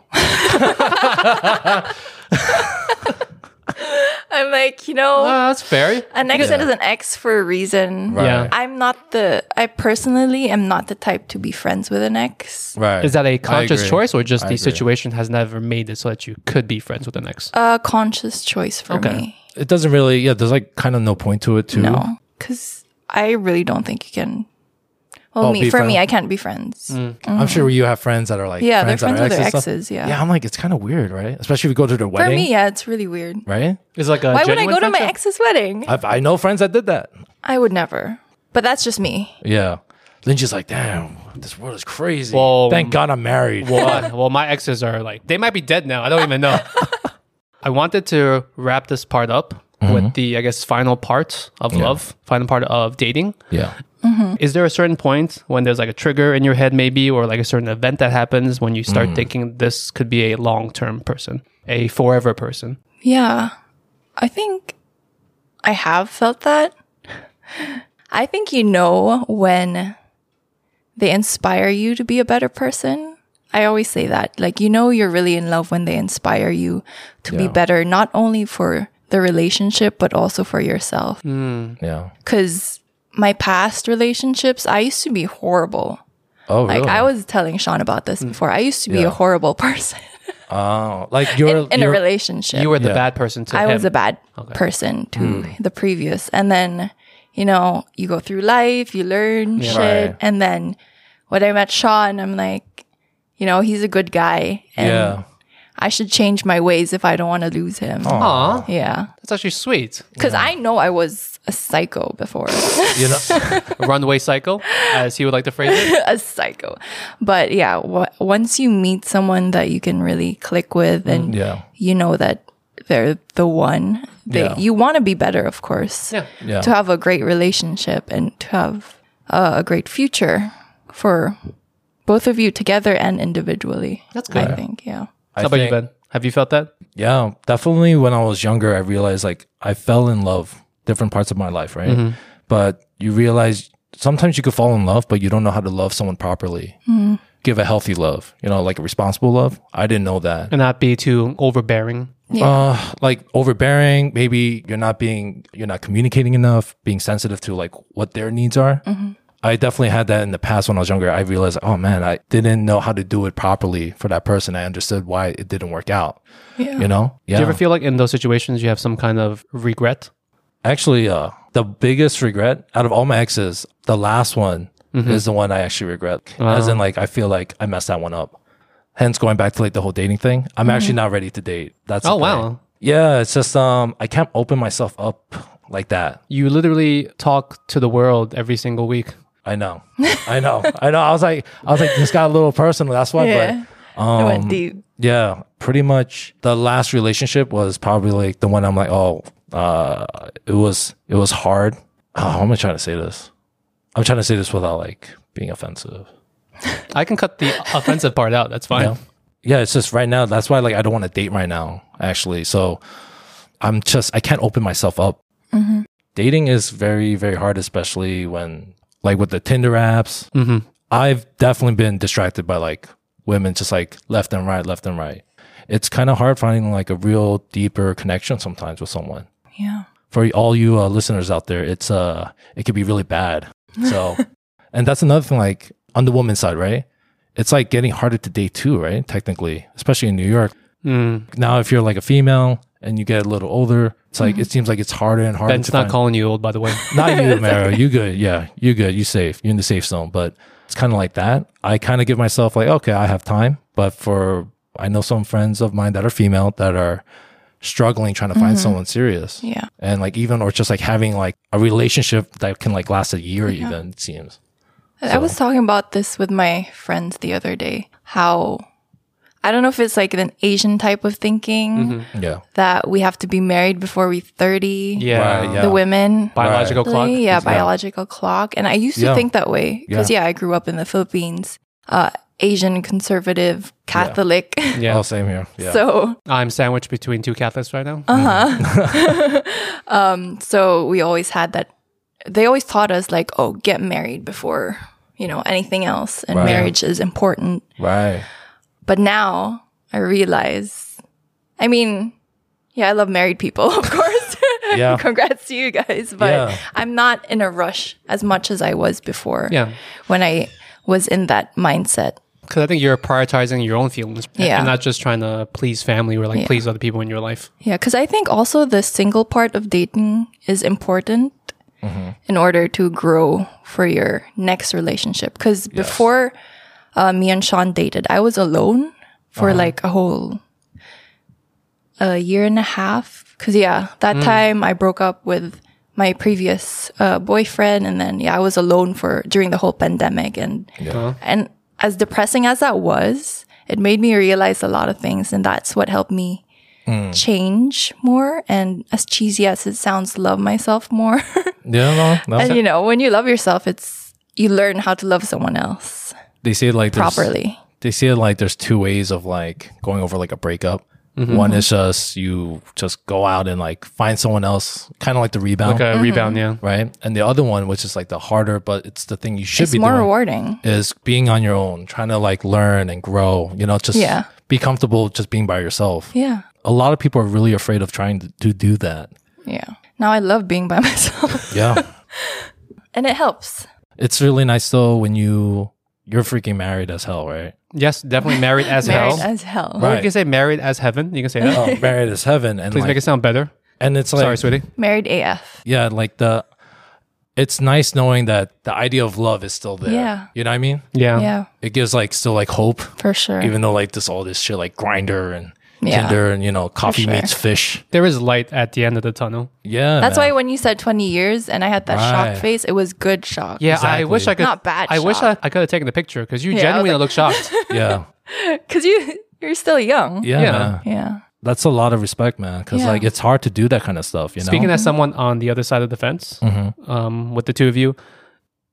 Speaker 4: I'm like, you know,
Speaker 5: Ah, that's fair.
Speaker 4: an ex is an ex for a reason.
Speaker 3: right,
Speaker 5: Yeah.
Speaker 4: I'm not the, I personally am not the type to be friends with an ex.
Speaker 3: right.
Speaker 5: Is that
Speaker 3: I
Speaker 5: a conscious
Speaker 3: agree.
Speaker 5: choice or just
Speaker 3: I
Speaker 5: the
Speaker 3: agree.
Speaker 5: situation has never made it so that you could be friends with an ex?
Speaker 4: A conscious choice for
Speaker 5: Okay.
Speaker 4: me.
Speaker 3: It doesn't really. Yeah, there's like kind of no point to it, too.
Speaker 4: No, because I really don't think you can. Well,
Speaker 3: Oh,
Speaker 4: me
Speaker 3: be
Speaker 4: for
Speaker 3: friends?
Speaker 4: me, I can't be friends.
Speaker 3: I'm sure you have friends that are like
Speaker 4: Yeah, they're
Speaker 3: friends that are
Speaker 4: friends with their
Speaker 3: exes and stuff.
Speaker 4: exes, yeah.
Speaker 3: yeah. I'm like, it's kind of weird, right? Especially if you go to their
Speaker 4: For
Speaker 3: wedding,
Speaker 4: me, yeah, it's really weird.
Speaker 3: right?
Speaker 5: Is like a
Speaker 4: Why would I go to my ex's wedding?
Speaker 3: I've, I know friends that did that.
Speaker 4: I would never. But that's just me.
Speaker 3: Yeah. Then she's like, damn, this world is crazy.
Speaker 5: Well,
Speaker 3: Thank God I'm married.
Speaker 5: Well, well, my exes are like they might be dead now. I don't even know. I wanted to wrap this part up
Speaker 3: Mm-hmm.
Speaker 5: with the I guess final part of love, final part of dating.
Speaker 3: yeah.
Speaker 5: Is there a certain point when there's like a trigger in your head maybe or like a certain event that happens when you start thinking this could be a long-term person, a forever person?
Speaker 4: Yeah. I think I have felt that. I think you know when they inspire you to be a better person. I always say that. Like, you know, you're really in love when they inspire you to be better, not only for the relationship, but also for yourself.
Speaker 3: Mm. Yeah.
Speaker 4: Because my past relationships, I used to be horrible.
Speaker 3: Oh, really? Mm.
Speaker 4: Like, I was telling Sean about this before. I used to be
Speaker 3: Yeah.
Speaker 4: a horrible person
Speaker 3: oh, like you're
Speaker 4: in a
Speaker 3: you're-
Speaker 4: relationship.
Speaker 5: You were the
Speaker 3: Yeah.
Speaker 5: bad person to
Speaker 4: I
Speaker 5: him.
Speaker 4: was a bad person to the previous. And then, you know, you go through life, you learn shit.
Speaker 3: Right.
Speaker 4: And then when I met Sean, I'm like, you know, he's a good guy. And
Speaker 3: Yeah.
Speaker 4: I should change my ways if I don't want to lose him.
Speaker 5: Aw,
Speaker 4: Yeah.
Speaker 5: that's actually sweet.
Speaker 4: Because I know I was a psycho before,
Speaker 3: You know,
Speaker 5: Runway cycle, as he would like to phrase it.
Speaker 4: a psycho. But yeah, w- once you meet someone that you can really click with and
Speaker 3: yeah.
Speaker 4: you know that they're the one, they,
Speaker 3: Yeah.
Speaker 4: you want to be better, of course.
Speaker 5: Yeah.
Speaker 3: Yeah.
Speaker 4: to have a great relationship and to have uh, a great future for both of you together and individually. That's
Speaker 5: good.
Speaker 4: I think, yeah.
Speaker 3: I
Speaker 5: How about you,
Speaker 3: think-
Speaker 5: Ben? Have you felt that?
Speaker 3: Yeah, definitely. When I was younger, I realized like I fell in love different parts of my life, right?
Speaker 5: Mm-hmm.
Speaker 3: But you realize sometimes you could fall in love, but you don't know how to love someone properly. Give a healthy love, you know, like a responsible love. I didn't know that.
Speaker 5: And not be too overbearing.
Speaker 3: Uh, like overbearing, maybe you're not being, you're not communicating enough, being sensitive to like what their needs are. I definitely had that in the past when I was younger. I realized, oh man, I didn't know how to do it properly for that person. I understood why it didn't work out.
Speaker 4: Yeah.
Speaker 3: You know? Yeah.
Speaker 5: Do you ever feel like in those situations you have some kind of regret?
Speaker 3: Actually, uh, the biggest regret out of all my exes, the last one
Speaker 5: Mm-hmm.
Speaker 3: is the one I actually regret. As in, like, I feel like I messed that one up. Hence, going back to like the whole dating thing, I'm actually not ready to date. That's the
Speaker 5: Mm-hmm. Oh,
Speaker 3: thing.
Speaker 5: wow.
Speaker 3: Yeah, it's just um, I can't open myself up like that.
Speaker 5: You literally talk to the world every single week.
Speaker 3: I know, I know, I know. I was like, I was like, this got a little personal. That's why.
Speaker 4: Yeah. I went deep.
Speaker 3: But yeah, pretty much the last relationship was probably like the one I'm like, oh, uh, it was it was hard. Oh, how am I trying to say this? I'm trying to say this without like being offensive.
Speaker 5: I can cut the offensive part out. That's fine.
Speaker 3: Yeah, it's just right now. That's why like I don't want to date right now. Actually, so I'm just I can't open myself up. Dating is very very hard, especially when like with the Tinder apps. Mm-hmm. I've definitely been distracted by like women, just like left and right, left and right. It's kind of hard finding like a real deeper connection sometimes with someone.
Speaker 4: Yeah.
Speaker 3: For all you uh, listeners out there, it's uh, it could be really bad. So, and that's another thing. Like on the woman's side, right? It's like getting harder to date too, right? Technically, especially in New York.
Speaker 5: Mm.
Speaker 3: Now, if you're like a female and you get a little older, it's like it seems like it's harder and harder.
Speaker 5: Mm-hmm. Ben's
Speaker 3: to
Speaker 5: not
Speaker 3: find-
Speaker 5: calling you old, by the way.
Speaker 3: not you, Mara. You good? Yeah, you good. You safe. You're in the safe zone. But it's kind of like that. I kind of give myself like, okay, I have time. But for I know some friends of mine that are female that are struggling trying to find someone serious.
Speaker 4: Mm-hmm. Yeah.
Speaker 3: And like even or just like having like a relationship that can like last a year even it seems.
Speaker 4: I was talking about this with my friends the other day. How I don't know if it's like an Asian type of thinking
Speaker 3: Yeah.
Speaker 4: that we have to be married before we 30.
Speaker 5: Yeah.
Speaker 3: Right,
Speaker 4: The women.
Speaker 5: Biological clock.
Speaker 4: Really? Yeah, biological clock. And I used to
Speaker 3: Yeah.
Speaker 4: think that way because
Speaker 3: Yeah.
Speaker 4: yeah. I grew up in the Philippines, uh, Asian conservative Catholic.
Speaker 5: Yeah.
Speaker 3: Oh, same here. Yeah.
Speaker 4: so
Speaker 5: I'm sandwiched between two Catholics right now.
Speaker 4: Uh-huh. so we always had that. They always taught us like, oh, get married before you know anything else, and
Speaker 3: Right.
Speaker 4: marriage is important.
Speaker 3: right.
Speaker 4: But now I realize, I mean, yeah, I love married people, of course.
Speaker 3: Yeah.
Speaker 4: Congrats to you guys, but
Speaker 3: Yeah.
Speaker 4: I'm not in a rush as much as I was before.
Speaker 5: Yeah.
Speaker 4: When I was in that mindset.
Speaker 5: Because I think you're prioritizing your own feelings and-
Speaker 4: Yeah.
Speaker 5: and not just trying to please family or like please other people in your life.
Speaker 4: Yeah, cuz I think also the single part of dating is important in order to grow for your next relationship cuz before uh, me and Sean dated, I was alone for like a whole a year and a half cuz yeah, that time I broke up with my previous uh, boyfriend and then yeah, I was alone for during the whole pandemic and and as depressing as that was, it made me realize a lot of things and that's what helped me change more and as cheesy as it sounds love myself more
Speaker 3: Yeah, no, no.
Speaker 4: and you know when you love yourself it's you learn how to love someone else
Speaker 3: they say like there's-
Speaker 4: properly
Speaker 3: They say like there's two ways of like going over like a breakup.
Speaker 5: Mm-hmm.
Speaker 3: One is just you just go out and like find someone else, kind of like the rebound,
Speaker 5: Like
Speaker 4: Mm-hmm.
Speaker 5: a rebound, yeah.
Speaker 3: right? And the other one, which is like the harder, but it's the thing you should
Speaker 4: it's
Speaker 3: be
Speaker 4: more
Speaker 3: doing,
Speaker 4: rewarding
Speaker 3: is being on your own, trying to like learn and grow. You know, just
Speaker 4: Yeah.
Speaker 3: be comfortable just being by yourself.
Speaker 4: yeah
Speaker 3: A lot of people are really afraid of trying to, to do that.
Speaker 4: yeah now i love being by myself
Speaker 3: Yeah.
Speaker 4: and it helps
Speaker 3: it's really nice though when you you're freaking married as hell, right?
Speaker 5: Yes, definitely married as
Speaker 4: married
Speaker 5: hell.
Speaker 4: as hell
Speaker 5: Or
Speaker 3: Right.
Speaker 5: you can say married as heaven. You can say that.
Speaker 3: Oh, married as heaven, and
Speaker 5: Please
Speaker 3: like,
Speaker 5: make it sound better.
Speaker 3: and it's like
Speaker 5: Sorry, sweetie.
Speaker 4: married af
Speaker 3: yeah, like the it's nice knowing that the idea of love is still there.
Speaker 4: Yeah.
Speaker 3: You know what I mean?
Speaker 5: Yeah.
Speaker 4: yeah
Speaker 3: It gives like still like hope,
Speaker 4: for sure
Speaker 3: even though like this all this shit like grinder and
Speaker 4: Yeah.
Speaker 3: Tinder and you know coffee
Speaker 4: sure.
Speaker 3: meets fish.
Speaker 5: There is light at the end of the tunnel.
Speaker 3: Yeah.
Speaker 4: that's
Speaker 3: man.
Speaker 4: why when you said 20 years and i had that
Speaker 3: Right.
Speaker 4: shock face it was good shock
Speaker 5: Yeah, I wish I could.
Speaker 4: Not bad
Speaker 5: I wish I,
Speaker 4: shock.
Speaker 5: I could have taken the picture because you
Speaker 4: I was
Speaker 5: genuinely
Speaker 4: like-
Speaker 5: look shocked.
Speaker 3: yeah.
Speaker 4: because you you're still young
Speaker 3: Yeah.
Speaker 5: Yeah.
Speaker 3: man.
Speaker 4: yeah
Speaker 3: That's a lot of respect, man. Because
Speaker 4: Yeah.
Speaker 3: like it's hard to do that kind of stuff. You know. Mm-hmm.
Speaker 5: Speaking as someone on the other side of the fence, um, with the two of you,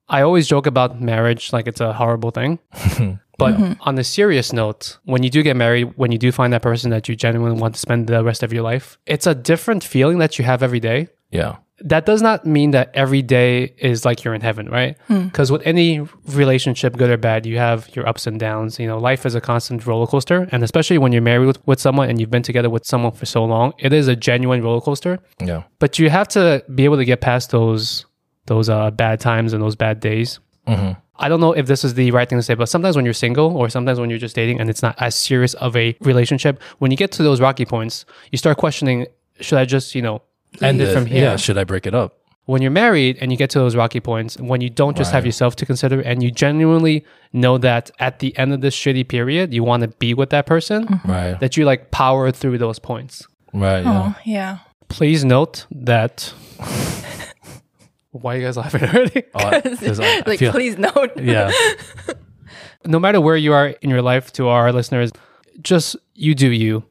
Speaker 5: I always joke about marriage like it's a horrible thing.
Speaker 3: Mm-hmm.
Speaker 5: but on a serious note, when you do get married, when you do find that person that you genuinely want to spend the rest of your life, it's a different feeling that you have every day.
Speaker 3: yeah.
Speaker 5: That does not mean that every day is like you're in heaven, right? Because with any relationship, good or bad, you have your ups and downs. You know, life is a constant roller coaster. And especially when you're married with, with someone and you've been together with someone for so long, it is a genuine roller coaster
Speaker 3: Yeah.
Speaker 5: but you have to be able to get past those those uh, bad times and those bad days. I don't know if this is the right thing to say, but sometimes when you're single or sometimes when you're just dating and it's not as serious of a relationship, when you get to those rocky points, you start questioning: Should I just, you know, end it
Speaker 3: Uh,
Speaker 5: from here?
Speaker 3: Yeah. Should I break it up?
Speaker 5: When you're married and you get to those rocky points, when you don't just have yourself to consider and you genuinely know that at the end of this shitty period, you want to be with that person,
Speaker 3: Right.
Speaker 5: Mm. that you like power through those points.
Speaker 3: Right.
Speaker 4: oh yeah
Speaker 5: Please note that. Why are you guys laughing
Speaker 3: Yeah.
Speaker 5: already?
Speaker 3: Oh, I- 'cause I- I
Speaker 4: like
Speaker 3: feel-
Speaker 4: please note
Speaker 3: Yeah.
Speaker 5: No matter where you are in your life, to our listeners, just you do you.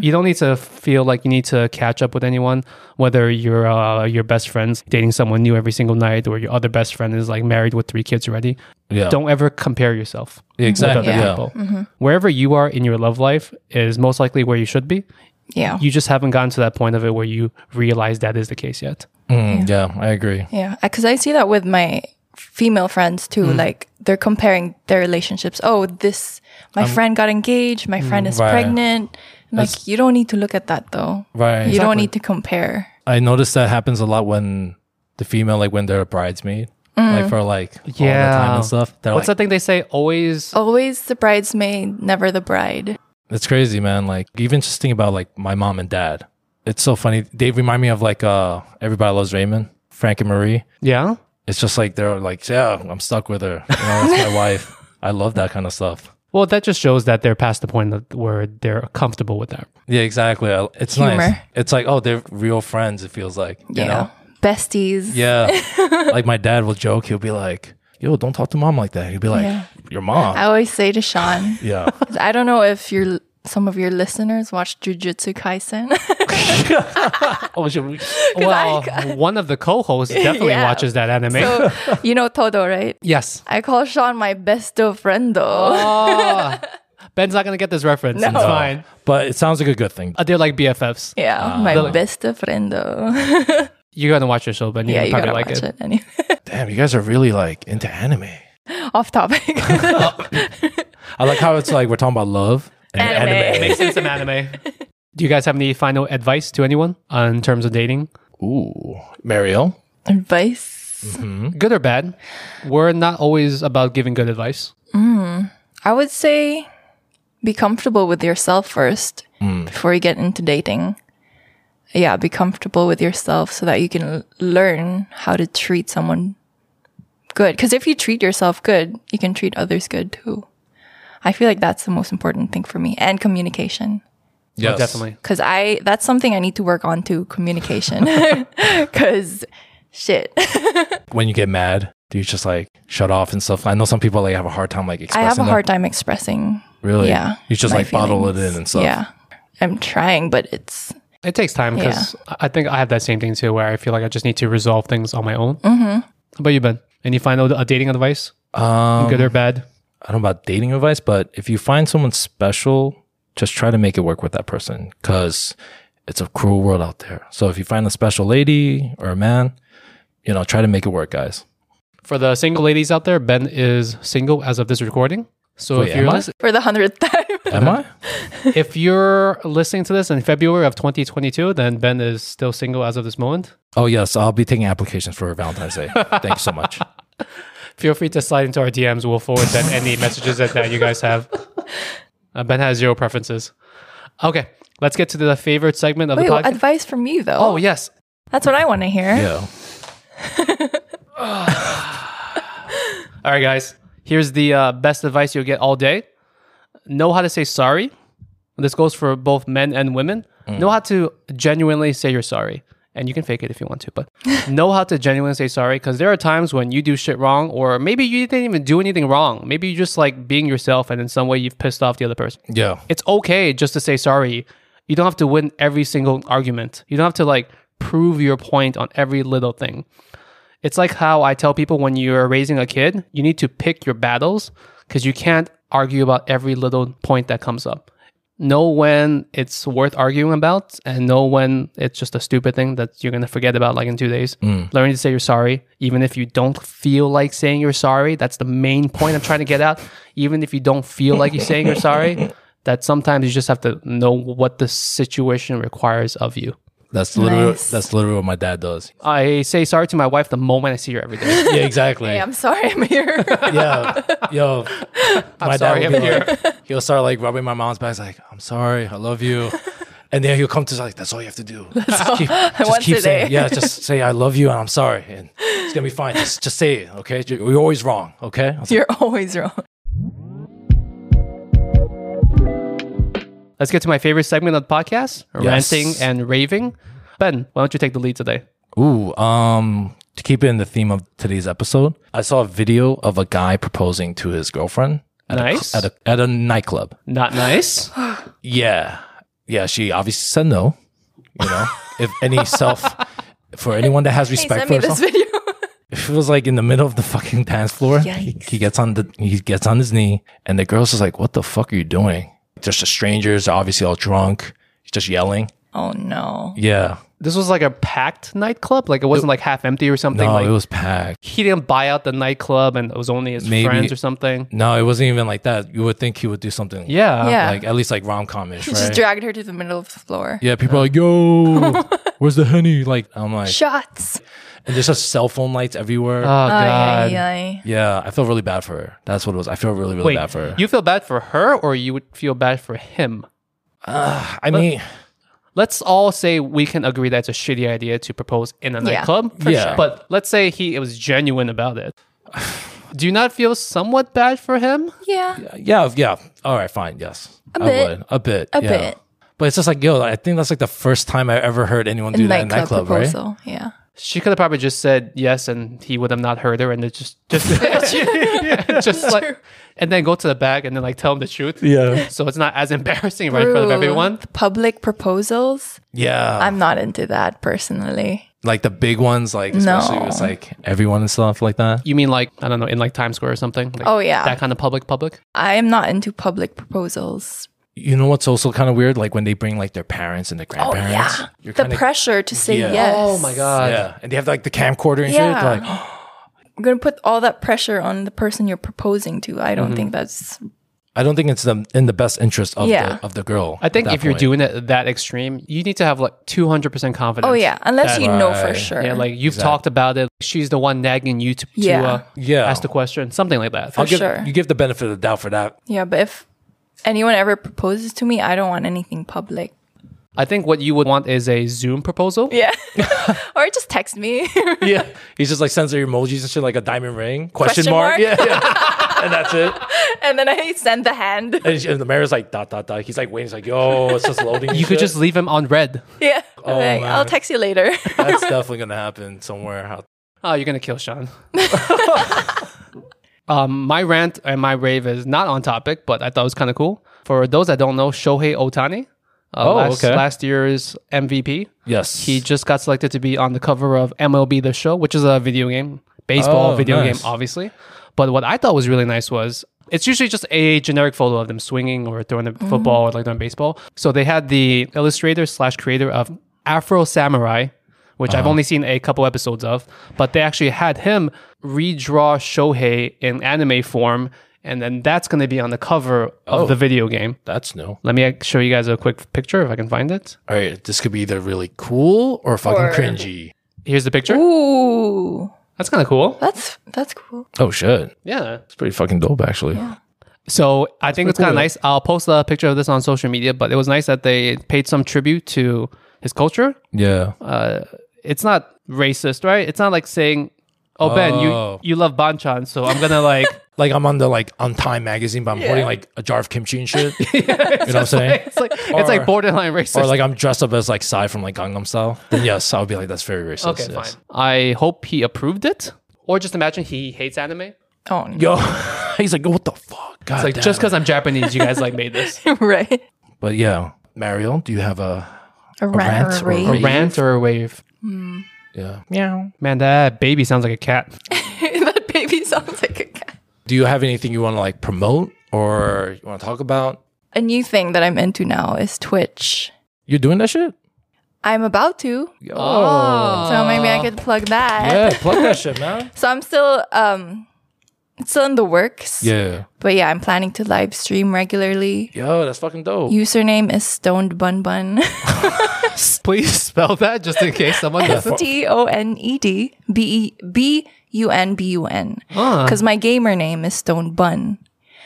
Speaker 5: You don't need to feel like you need to catch up with anyone, whether you're uh, your best friend's dating someone new every single night or your other best friend is like married with three kids already.
Speaker 3: Yeah.
Speaker 5: Don't ever compare yourself. with
Speaker 3: Exactly,
Speaker 5: other
Speaker 3: yeah.
Speaker 5: people. Wherever you are in your love life is most likely where you should be.
Speaker 4: yeah
Speaker 5: You just haven't gotten to that point of it where you realize that is the case yet.
Speaker 3: Mm, yeah. I agree.
Speaker 4: Yeah, because I see that with my female friends too.
Speaker 3: Mm.
Speaker 4: Like they're comparing their relationships. Oh, this my friend got engaged. My friend is
Speaker 3: Um, mm, right.
Speaker 4: pregnant. I'm like you don't need to look at that though.
Speaker 3: Right.
Speaker 4: You don't need to compare.
Speaker 3: I notice that happens a lot when the female, like when they're a bridesmaid,
Speaker 4: Mm.
Speaker 3: like for like all the time and stuff. They're
Speaker 5: What's
Speaker 3: like,
Speaker 5: that thing they say? Always
Speaker 4: Always the bridesmaid, never the bride.
Speaker 3: it's crazy, man. Like even just think about like my mom and dad. It's so funny. They remind me of like uh Everybody Loves Raymond, Frank and Marie.
Speaker 5: Yeah.
Speaker 3: It's just like they're like, yeah, I'm stuck with her. You know, that's my wife. I love that kind of stuff.
Speaker 5: Well, that just shows that they're past the point of where they're comfortable with that.
Speaker 3: Yeah, exactly. I- It's nice.
Speaker 4: Humor.
Speaker 3: It's like, oh, they're real friends, it feels like. You
Speaker 4: yeah.
Speaker 3: know?
Speaker 4: Besties.
Speaker 3: Yeah. like my dad will joke, he'll be like, Yo, don't talk to mom like that. He'll be like,
Speaker 4: Yeah.
Speaker 3: Your mom.
Speaker 4: I always say to Sean,
Speaker 3: yeah.
Speaker 4: I don't know if your some of your listeners watch
Speaker 3: Eh?
Speaker 4: Jujutsu Kaisen.
Speaker 5: Oh, should we- well, one of the co-hosts definitely
Speaker 4: Yeah.
Speaker 5: watches that anime.
Speaker 4: so, you know Todo, right?
Speaker 5: yes.
Speaker 4: I call Sean my best of friend though.
Speaker 5: Oh, Ben's not gonna get this reference. It's fine.
Speaker 3: Oh, But it sounds like a good thing.
Speaker 5: Uh, they're like BFFs.
Speaker 4: Yeah,
Speaker 3: Ah.
Speaker 4: my best of friend though.
Speaker 5: You're gonna watch your show, Ben. You're
Speaker 4: yeah,
Speaker 5: gonna
Speaker 4: you
Speaker 5: probably
Speaker 4: gotta
Speaker 5: like
Speaker 4: watch
Speaker 5: it.
Speaker 4: it. Anyway.
Speaker 3: Damn, you guys are really like into anime.
Speaker 4: Off topic.
Speaker 3: I like how it's like we're talking about love and
Speaker 4: Anime.
Speaker 5: Makes sense some anime. Do you guys have any final advice to anyone uh, in terms of dating?
Speaker 3: Ooh. Mariel.
Speaker 4: Advice.
Speaker 5: Good or bad? We're not always about giving good advice.
Speaker 4: I would say be comfortable with yourself first
Speaker 5: Hmm.
Speaker 4: before you get into dating. Yeah, be comfortable with yourself so that you can l- learn how to treat someone good. Because if you treat yourself good, you can treat others good too. I feel like that's the most important thing for me and communication.
Speaker 3: Yes.
Speaker 5: Definitely.
Speaker 4: Because I, that's something I need to work on too communication. Because shit.
Speaker 3: When you get mad, do you just like shut off and stuff? I know some people like have a hard time like
Speaker 4: I
Speaker 3: expressing
Speaker 4: have a
Speaker 3: that.
Speaker 4: hard time expressing.
Speaker 3: Really?
Speaker 4: Yeah.
Speaker 3: You just
Speaker 4: my
Speaker 3: like bottle it
Speaker 4: feelings.
Speaker 3: in and stuff.
Speaker 4: Yeah. I'm trying, but it's
Speaker 5: It takes time because I I think I have that same thing too, where I feel like I just need to resolve things on my own. Mm-hmm. How about you, Ben? Any final uh, dating advice?
Speaker 3: Um,
Speaker 5: good or bad?
Speaker 3: I don't know about dating advice, but if you find someone special, just try to make it work with that person because it's a cruel world out there. So if you find a special lady or a man, you know, try to make it work, guys.
Speaker 5: For the single ladies out there, Ben is single as of this recording. So
Speaker 3: Wait,
Speaker 5: if you're
Speaker 3: am I?
Speaker 5: lis-
Speaker 4: for the hundredth time.
Speaker 3: Am I?
Speaker 5: if you're listening to this in February of 2022, then Ben is still single as of this moment.
Speaker 3: Oh, yes. I'll be taking applications for Valentine's Day. Thank you so much.
Speaker 5: Feel free to slide into our DMs. We'll forward them any messages that, that you guys have. Uh, ben has zero preferences. Okay, let's get to the favorite segment of
Speaker 4: Wait,
Speaker 5: the
Speaker 4: well,
Speaker 5: podcast.
Speaker 4: advice from you though.
Speaker 5: oh yes,
Speaker 4: That's what I want to hear.
Speaker 3: Yeah.
Speaker 5: All right, guys. Here's the uh, best advice you'll get all day. Know how to say sorry. This goes for both men and women. Know how to genuinely say you're sorry. And you can fake it if you want to, but know how to genuinely say sorry because there are times when you do shit wrong, or maybe you didn't even do anything wrong. Maybe you're just like being yourself, and in some way you've pissed off the other person.
Speaker 3: Yeah.
Speaker 5: It's okay just to say sorry. You don't have to win every single argument. You don't have to like prove your point on every little thing. It's like how I tell people when you're raising a kid, you need to pick your battles because you can't argue about every little point that comes up. Know when it's worth arguing about and know when it's just a stupid thing that you're going to forget about like in two days.
Speaker 3: Mm.
Speaker 5: Learning to say you're sorry, even if you don't feel like saying you're sorry. That's the main point I'm trying to get out. Even if you don't feel like you're saying you're sorry, that sometimes you just have to know what the situation requires of you.
Speaker 3: That's literally,
Speaker 4: Nice.
Speaker 3: that's literally what my dad does.
Speaker 5: I say sorry to my wife the moment I see her every day.
Speaker 3: Yeah, exactly.
Speaker 4: Hey, I'm sorry, I'm here.
Speaker 3: yeah, yo, my
Speaker 5: sorry,
Speaker 3: dad
Speaker 5: I'm
Speaker 3: will be
Speaker 5: here.
Speaker 3: like, he'll start like rubbing my mom's back, he's like, "I'm sorry, I love you," and then he'll come to like, "That's all you have to do. just keep, just
Speaker 4: Once
Speaker 3: keep
Speaker 4: a
Speaker 3: saying,
Speaker 4: day.
Speaker 3: yeah, just say I love you and I'm sorry, and it's gonna be fine. Just, just say it, okay? You're always wrong, okay?" I was like,
Speaker 4: You're always wrong.
Speaker 5: Let's get to my favorite segment of the podcast,
Speaker 3: Yes.
Speaker 5: ranting and raving. Ben, why don't you take the lead today?
Speaker 3: Ooh, um, to keep it in the theme of today's episode, I saw a video of a guy proposing to his girlfriend at
Speaker 5: Nice.
Speaker 3: a, cl- at a at a nightclub.
Speaker 5: Not nice.
Speaker 3: Yeah. Yeah, she obviously said no. You know, if any self for anyone that has
Speaker 4: Hey,
Speaker 3: respect
Speaker 4: send
Speaker 3: for
Speaker 4: me
Speaker 3: herself,
Speaker 4: this video.
Speaker 3: if it was like in the middle of the fucking dance floor, he,
Speaker 4: Yikes.
Speaker 3: he gets on the he gets on his knee and the girl's just like, What the fuck are you doing? Just the strangers, they're obviously all drunk, just yelling.
Speaker 4: oh no.
Speaker 3: Yeah.
Speaker 5: this was like a packed nightclub. Like it wasn't like half empty or something.
Speaker 3: No,
Speaker 5: like
Speaker 3: it was packed.
Speaker 5: he didn't buy out the nightclub and it was only his
Speaker 3: Maybe-
Speaker 5: friends or something.
Speaker 3: No, it wasn't even like that. You would think he would do something
Speaker 5: Yeah.
Speaker 4: Yeah.
Speaker 3: like at least like rom com ish, right?
Speaker 4: Just dragged her to the middle of the floor.
Speaker 3: yeah, people are like, Yo, where's the henny? Like I'm like
Speaker 4: Shots.
Speaker 3: and there's just cell phone lights everywhere.
Speaker 5: Oh god.
Speaker 4: Ay, ay, ay.
Speaker 3: Yeah, I feel really bad for her. That's what it was. I feel really, really bad for her.
Speaker 5: Wait, you feel bad for her or you would feel bad for him?
Speaker 3: I mean,
Speaker 5: Let's all say we can agree that's a shitty idea to propose in a
Speaker 4: Yeah,
Speaker 5: nightclub.
Speaker 3: for Yeah. sure.
Speaker 5: But let's say he it was genuine about it. Do you not feel somewhat bad for him?
Speaker 4: Yeah.
Speaker 3: Yeah, yeah. All right, fine. Yes,
Speaker 4: A
Speaker 3: I
Speaker 4: bit.
Speaker 3: would a bit,
Speaker 4: A
Speaker 3: yeah.
Speaker 4: bit.
Speaker 3: But it's just like, yo, I think that's like the first time I ever heard anyone do that in nightclub, right?
Speaker 4: proposal. Yeah.
Speaker 5: She could have probably just said yes, and he would have not heard her, and it just just just like, and then go to the back and then like tell him the truth.
Speaker 3: Yeah.
Speaker 5: So it's not as embarrassing, right, for everyone.
Speaker 4: Ooh, Public proposals.
Speaker 3: Yeah,
Speaker 4: I'm not into that personally.
Speaker 3: like the big ones, like
Speaker 4: No.
Speaker 3: especially with like everyone and stuff like that.
Speaker 5: You mean like I don't know in like Times Square or something? Like,
Speaker 4: Oh, yeah.
Speaker 5: that kind of public public.
Speaker 4: I am not into public proposals.
Speaker 3: You know what's also kind of weird? Like when they bring like their parents and their
Speaker 4: Oh yeah.
Speaker 3: grandparents. You're
Speaker 4: The
Speaker 3: kinda-
Speaker 4: pressure to say
Speaker 3: Yeah.
Speaker 4: yes.
Speaker 5: Oh god.
Speaker 3: Yeah, and they have like the camcorder and
Speaker 4: Yeah.
Speaker 3: shit. Like,
Speaker 4: I'm gonna put all that pressure on the person you're proposing to. I don't think that's
Speaker 3: I don't think it's the, in the best interest of
Speaker 4: Yeah.
Speaker 3: the of the girl.
Speaker 5: I
Speaker 3: at
Speaker 5: think
Speaker 3: that
Speaker 5: if you're
Speaker 3: point.
Speaker 5: doing it that extreme, you need to have like 200% confidence.
Speaker 4: Oh yeah. Unless
Speaker 5: that-
Speaker 4: you know for
Speaker 3: Right.
Speaker 4: sure.
Speaker 5: Yeah, like you've talked about it. She's the one nagging you to, to
Speaker 4: Yeah.
Speaker 5: Uh,
Speaker 3: Yeah.
Speaker 5: ask the question, something like that.
Speaker 3: I'll give,
Speaker 4: sure.
Speaker 3: you give the benefit of the doubt for that.
Speaker 4: Yeah, but if anyone ever proposes to me, I don't want anything public.
Speaker 5: I think what you would want is a Zoom proposal.
Speaker 4: Yeah. or just text me.
Speaker 3: Yeah, he just like sends her emojis and shit like a diamond ring question,
Speaker 4: Question
Speaker 3: mark.
Speaker 4: mark?
Speaker 3: Yeah, yeah. and that's it.
Speaker 4: and then I send the hand.
Speaker 3: And, she- and the mayor's like dot dot dot. He's like waiting. He's like, yo, it's just loading. and
Speaker 5: You could
Speaker 3: shit.
Speaker 5: just leave him on red.
Speaker 4: Yeah. Like,
Speaker 3: man.
Speaker 4: I'll text you later.
Speaker 3: That's definitely gonna happen somewhere. out-
Speaker 5: Oh, you're gonna kill Sean. um, my rant and my rave is not on topic, but I thought it was kind of cool. For those that don't know, Shohei Otani, uh,
Speaker 3: Oh,
Speaker 5: last,
Speaker 3: okay.
Speaker 5: last year's MVP,
Speaker 3: Yes,
Speaker 5: he just got selected to be on the cover of MLB The Show, which is a video game, baseball
Speaker 3: Oh,
Speaker 5: video
Speaker 3: nice.
Speaker 5: game, obviously. But what I thought was really nice was it's usually just a generic photo of them swinging or throwing the football or like doing baseball. So they had the illustrator slash creator of Afro Samurai, which
Speaker 3: Uh-huh.
Speaker 5: I've only seen a couple episodes of, but they actually had him redraw Shohei in anime form, and then that's going to be on the cover of
Speaker 3: Oh.
Speaker 5: the video game.
Speaker 3: that's new.
Speaker 5: Let me uh, show you guys a quick picture if I can find it.
Speaker 3: All right, this could be either really cool or fucking
Speaker 4: Or-
Speaker 3: cringy.
Speaker 5: Here's the picture.
Speaker 4: Ooh.
Speaker 5: That's kind of cool.
Speaker 4: That's that's cool.
Speaker 3: Oh shit,
Speaker 5: Yeah.
Speaker 3: it's pretty fucking dope actually.
Speaker 5: So I think it's kind of
Speaker 3: cool.
Speaker 5: nice. I'll post a picture of this on social media, but it was nice that they paid some tribute to his culture.
Speaker 3: Yeah,
Speaker 5: It's not racist, right? It's not like saying, "Oh, Ben, you
Speaker 3: Oh.
Speaker 5: you love banchan, so I'm gonna like."
Speaker 3: like I'm on the like on Time magazine, but I'm holding like a jar of kimchi and shit. you know what I'm saying?
Speaker 5: it's like it's like
Speaker 3: Or-
Speaker 5: borderline racist.
Speaker 3: or like I'm dressed up as like Psy from like Gangnam Style. Then yes, I would be like that's very racist.
Speaker 5: okay,
Speaker 3: yes.
Speaker 5: fine. I hope he approved it, or just imagine he hates anime.
Speaker 4: Oh no.
Speaker 3: Yo, he's like, what the fuck? God
Speaker 5: It's like
Speaker 3: damn.
Speaker 5: just because I'm Japanese, you guys like made this
Speaker 4: right.
Speaker 3: But yeah, Mario, do you have a
Speaker 4: A
Speaker 3: rant
Speaker 4: rat
Speaker 3: or
Speaker 4: or a
Speaker 3: a
Speaker 5: a
Speaker 4: rave.
Speaker 5: rant or a wave.
Speaker 3: yeah?
Speaker 5: Man, that baby sounds like a cat.
Speaker 4: that baby sounds like a cat.
Speaker 3: Do you have anything you want to like promote or you want to talk about?
Speaker 4: A new thing that I'm into now is Twitch.
Speaker 3: You're doing that shit?
Speaker 4: I'm about to.
Speaker 3: Oh,
Speaker 4: So maybe I could plug that.
Speaker 3: yeah, plug that shit, man.
Speaker 4: So I'm still um it's still in the works.
Speaker 3: Yeah,
Speaker 4: But yeah, I'm planning to live stream regularly.
Speaker 3: yo, that's fucking dope.
Speaker 4: Username is stoned bun bun.
Speaker 5: Please spell that just in case someone does.
Speaker 4: T O N E D B E B U N B U N.
Speaker 3: Ah.
Speaker 4: Because my gamer name is Stone Bun.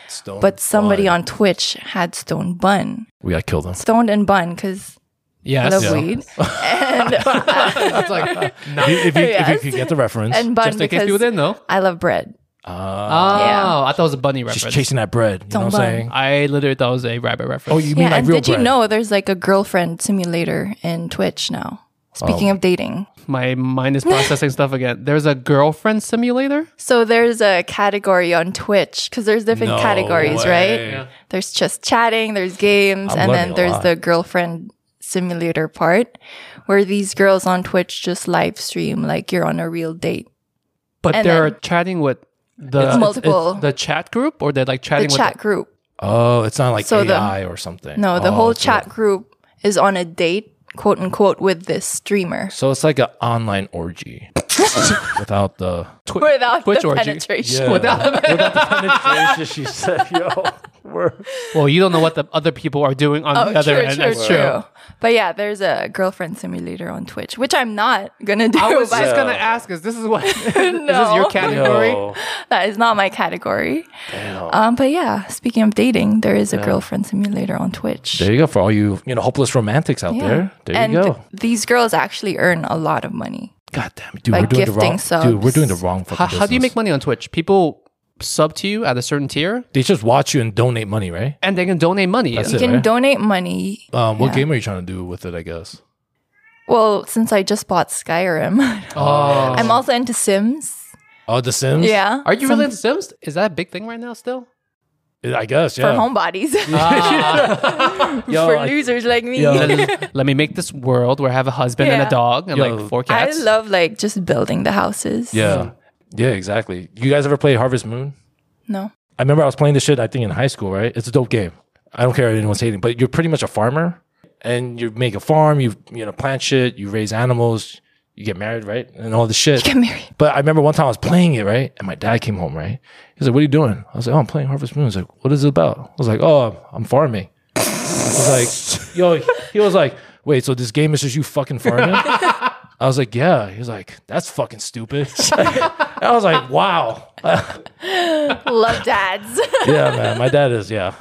Speaker 3: Stone
Speaker 4: But somebody
Speaker 3: Bun.
Speaker 4: on Twitch had Stone Bun.
Speaker 3: we got killed him.
Speaker 4: Stoned and Bun, because I
Speaker 5: Yes.
Speaker 4: love
Speaker 5: Yeah.
Speaker 4: weed. And,
Speaker 5: It's like
Speaker 3: If you,
Speaker 4: Yes.
Speaker 3: if you could get the reference,
Speaker 4: and bun
Speaker 5: just in case
Speaker 4: because
Speaker 5: people didn't know.
Speaker 4: I love bread.
Speaker 5: Oh,
Speaker 4: Yeah.
Speaker 5: I thought it was a bunny
Speaker 3: she's
Speaker 5: reference.
Speaker 3: chasing that bread. You know what I'm
Speaker 4: Stone Bun.
Speaker 3: saying?
Speaker 5: I literally thought it was a rabbit reference.
Speaker 3: Oh, you mean
Speaker 4: Yeah,
Speaker 3: like
Speaker 4: and
Speaker 3: real
Speaker 4: did
Speaker 3: bread?
Speaker 4: you know there's like a girlfriend simulator in Twitch now?
Speaker 3: Oh.
Speaker 4: Speaking of dating.
Speaker 5: My mind is processing stuff again. There's a girlfriend simulator.
Speaker 4: So there's a category on Twitch because there's different
Speaker 3: No
Speaker 4: categories,
Speaker 3: way.
Speaker 4: right?
Speaker 3: Yeah.
Speaker 4: There's just chatting, there's games,
Speaker 3: I'm
Speaker 4: and
Speaker 3: learning
Speaker 4: then
Speaker 3: a
Speaker 4: there's
Speaker 3: lot.
Speaker 4: the girlfriend simulator part where these girls on Twitch just live stream like you're on a real date.
Speaker 5: But
Speaker 4: And
Speaker 5: they're
Speaker 4: then-
Speaker 5: chatting with the
Speaker 4: multiple-
Speaker 5: the chat group, or they're like
Speaker 4: The
Speaker 5: chatting with
Speaker 4: chat group.
Speaker 3: Oh, it's not like
Speaker 4: So the-
Speaker 3: AI or something.
Speaker 4: No, the
Speaker 3: Oh,
Speaker 4: whole
Speaker 3: it's
Speaker 4: chat group is on a date, quote unquote, with this streamer
Speaker 3: So it's like an online orgy without the
Speaker 5: Twi-
Speaker 4: without
Speaker 5: Twitch
Speaker 4: the
Speaker 5: orgy.
Speaker 4: penetration.
Speaker 3: without, without the penetration. She said, "Yo, we're
Speaker 5: Well, you don't know what the other people are doing on
Speaker 4: Oh,
Speaker 5: the other
Speaker 4: true,
Speaker 5: end.
Speaker 4: true,
Speaker 5: That's
Speaker 4: true.
Speaker 5: true.
Speaker 4: But yeah, there's a girlfriend simulator on Twitch, which I'm not gonna do.
Speaker 5: I was
Speaker 4: but
Speaker 5: just
Speaker 3: Yeah.
Speaker 5: gonna ask: Is this is what is this
Speaker 4: No.
Speaker 5: your category?
Speaker 3: Yo.
Speaker 4: that is not my category. Um, but yeah, speaking of dating, there is a girlfriend simulator on Twitch.
Speaker 3: There you go for all you you know hopeless romantics out
Speaker 4: Yeah.
Speaker 3: there. There
Speaker 4: and
Speaker 3: you
Speaker 4: th-
Speaker 3: go.
Speaker 4: these girls actually earn a lot of money.
Speaker 3: God damn, it, dude,
Speaker 4: By
Speaker 3: we're doing the
Speaker 4: gifting
Speaker 3: wrong.
Speaker 4: subs.
Speaker 3: Dude, we're doing the wrong.
Speaker 5: How,
Speaker 3: fucking
Speaker 5: how do you
Speaker 3: business.
Speaker 5: make money on Twitch? People sub to you at a certain tier,
Speaker 3: They just watch you and donate money, right?
Speaker 5: and they can donate money.
Speaker 3: That's
Speaker 4: You
Speaker 3: it,
Speaker 4: can
Speaker 3: right?
Speaker 4: donate money.
Speaker 3: Um, what game are you trying to do with it? I guess.
Speaker 4: Well, since I just bought Skyrim,
Speaker 5: Oh.
Speaker 4: I'm also into Sims.
Speaker 3: Oh, The Sims.
Speaker 4: Yeah.
Speaker 5: Are you really into Sims? Is that a big thing right now still?
Speaker 3: I guess.
Speaker 4: For
Speaker 3: Yeah. Ah.
Speaker 4: homebodies.
Speaker 3: Yo,
Speaker 4: for
Speaker 3: I-
Speaker 4: losers like me.
Speaker 3: Yo,
Speaker 5: Let me- Let me make this world where I have a husband and
Speaker 4: Yeah.
Speaker 5: a dog and
Speaker 3: Yo.
Speaker 5: like four
Speaker 4: I
Speaker 5: cats.
Speaker 4: love like just building the houses.
Speaker 3: Yeah. Yeah. Exactly. You guys ever play Harvest Moon?
Speaker 4: No.
Speaker 3: I remember I was playing this shit, I think in high school, right? It's a dope game. I don't care if anyone's hating, but you're pretty much a farmer and you make a farm, you you know, plant shit, you raise animals, you get married, right? And all this shit.
Speaker 4: Get married.
Speaker 3: But I remember one time I was playing it, right? And my dad came home, right? He was like, What are you doing? I was like, Oh, I'm playing Harvest Moon. He's like, What is it about? I was like, Oh, I'm farming. I was like, Yo, he was like, Wait, so this game is just you fucking farming? I was like, Yeah. He was like, That's fucking stupid. I was like, Wow.
Speaker 4: Love dads.
Speaker 3: Yeah, man. My dad is, yeah.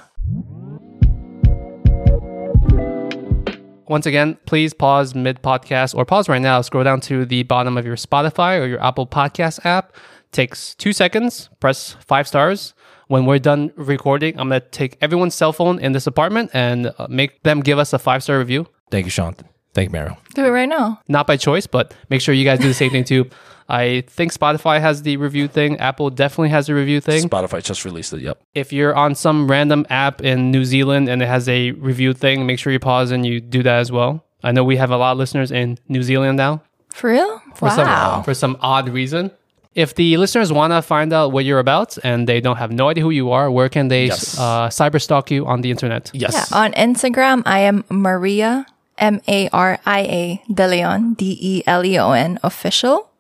Speaker 5: Once again, please pause mid podcast or pause right now. Scroll down to the bottom of your Spotify or your Apple Podcast app. Takes two seconds. Press five stars. When we're done recording, I'm gonna take everyone's cell phone in this apartment and uh, make them give us a five star review.
Speaker 3: Thank you, Sean. Thank you, Meryl.
Speaker 4: Do it right now.
Speaker 5: Not by choice, but make sure you guys do the same thing too. I think Spotify has the review thing. Apple definitely has the review thing.
Speaker 3: Spotify just released it. Yep.
Speaker 5: if you're on some random app in New Zealand and it has a review thing, make sure you pause and you do that as well. I know we have a lot of listeners in New Zealand now
Speaker 4: For real?
Speaker 5: for some for some odd reason. If the listeners want to find out what you're about and they don't have no idea who you are, where can they
Speaker 3: Yes.
Speaker 5: uh, cyberstalk you on the internet?
Speaker 4: Yeah.
Speaker 3: Yes.
Speaker 4: On Instagram, I am Maria M A R I A De Leon D E L E O N official.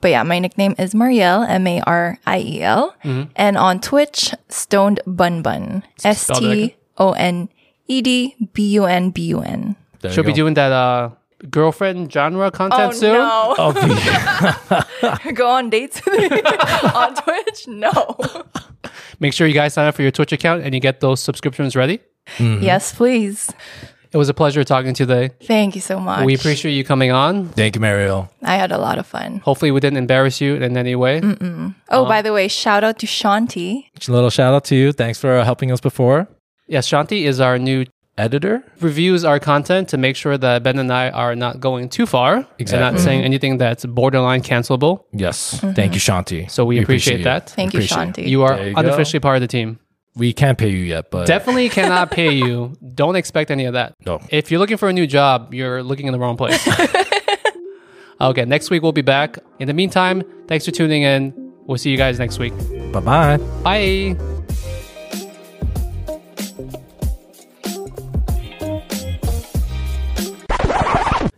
Speaker 4: But yeah, my nickname is Marielle M A R I E L, and on Twitch, Stoned Bun Bun S
Speaker 5: spelled like-
Speaker 4: T O N E D B U N B U N.
Speaker 3: There you
Speaker 5: Should be
Speaker 3: go.
Speaker 5: doing that uh, girlfriend genre content soon.
Speaker 3: Oh, the-
Speaker 4: Go on dates on Twitch? No.
Speaker 5: Make sure you guys sign up for your Twitch account and you get those subscriptions ready.
Speaker 4: Yes, please.
Speaker 5: It was a pleasure talking today.
Speaker 4: Thank you so much.
Speaker 5: We appreciate you coming on.
Speaker 3: Thank you, Mario.
Speaker 4: I had a lot of fun.
Speaker 5: Hopefully, we didn't embarrass you in any way.
Speaker 4: Oh, by the way, shout out to Shanti.
Speaker 3: Little shout out to you. Thanks for uh, helping us before.
Speaker 5: Yes, Shanti is our new
Speaker 3: Editor?
Speaker 5: reviews our content to make sure that Ben and I are not going too far and not
Speaker 3: Exactly.
Speaker 5: saying anything that's borderline cancelable.
Speaker 3: Yes. Thank you, Shanti.
Speaker 5: Mm-hmm. So we appreciate
Speaker 3: you.
Speaker 5: that.
Speaker 4: Thank you,
Speaker 3: Appreciate
Speaker 4: Shanti.
Speaker 5: You are
Speaker 3: There you go.
Speaker 5: unofficially part of the team.
Speaker 3: We can't pay you yet, but
Speaker 5: Definitely cannot pay you. Don't expect any of that.
Speaker 3: No.
Speaker 5: If you're looking for a new job, you're looking in the wrong place. okay, next week we'll be back. In the meantime, thanks for tuning in. We'll see you guys next week.
Speaker 3: bye bye.
Speaker 5: Bye.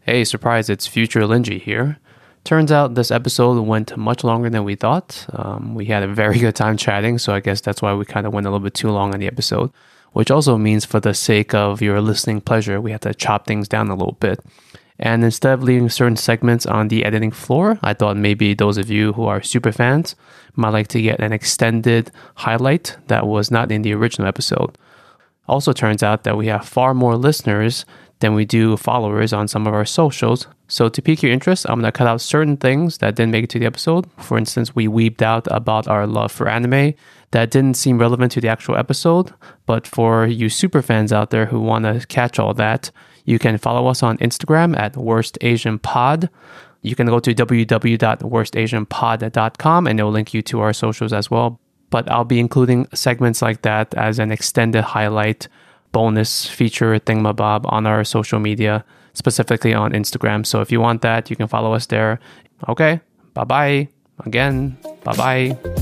Speaker 5: Hey, surprise, it's future Linji here. Turns out this episode went much longer than we thought. Um, we had a very good time chatting, so I guess that's why we kind of went a little bit too long on the episode, which also means for the sake of your listening pleasure, we had to chop things down a little bit. And instead of leaving certain segments on the editing floor, I thought maybe those of you who are super fans might like to get an extended highlight that was not in the original episode. Also, turns out that we have far more listeners than we do followers on some of our socials. So, to pique your interest, I'm gonna cut out certain things that didn't make it to the episode. For instance, we weeped out about our love for anime that didn't seem relevant to the actual episode. But for you super fans out there who wanna catch all that, you can follow us on Instagram at Worst Asian Pod. You can go to www.worstasianpod.com and it'll link you to our socials as well but I'll be including segments like that as an extended highlight bonus feature thingamabob on our social media, specifically on Instagram. So if you want that, you can follow us there. Okay, bye bye. Again, bye bye.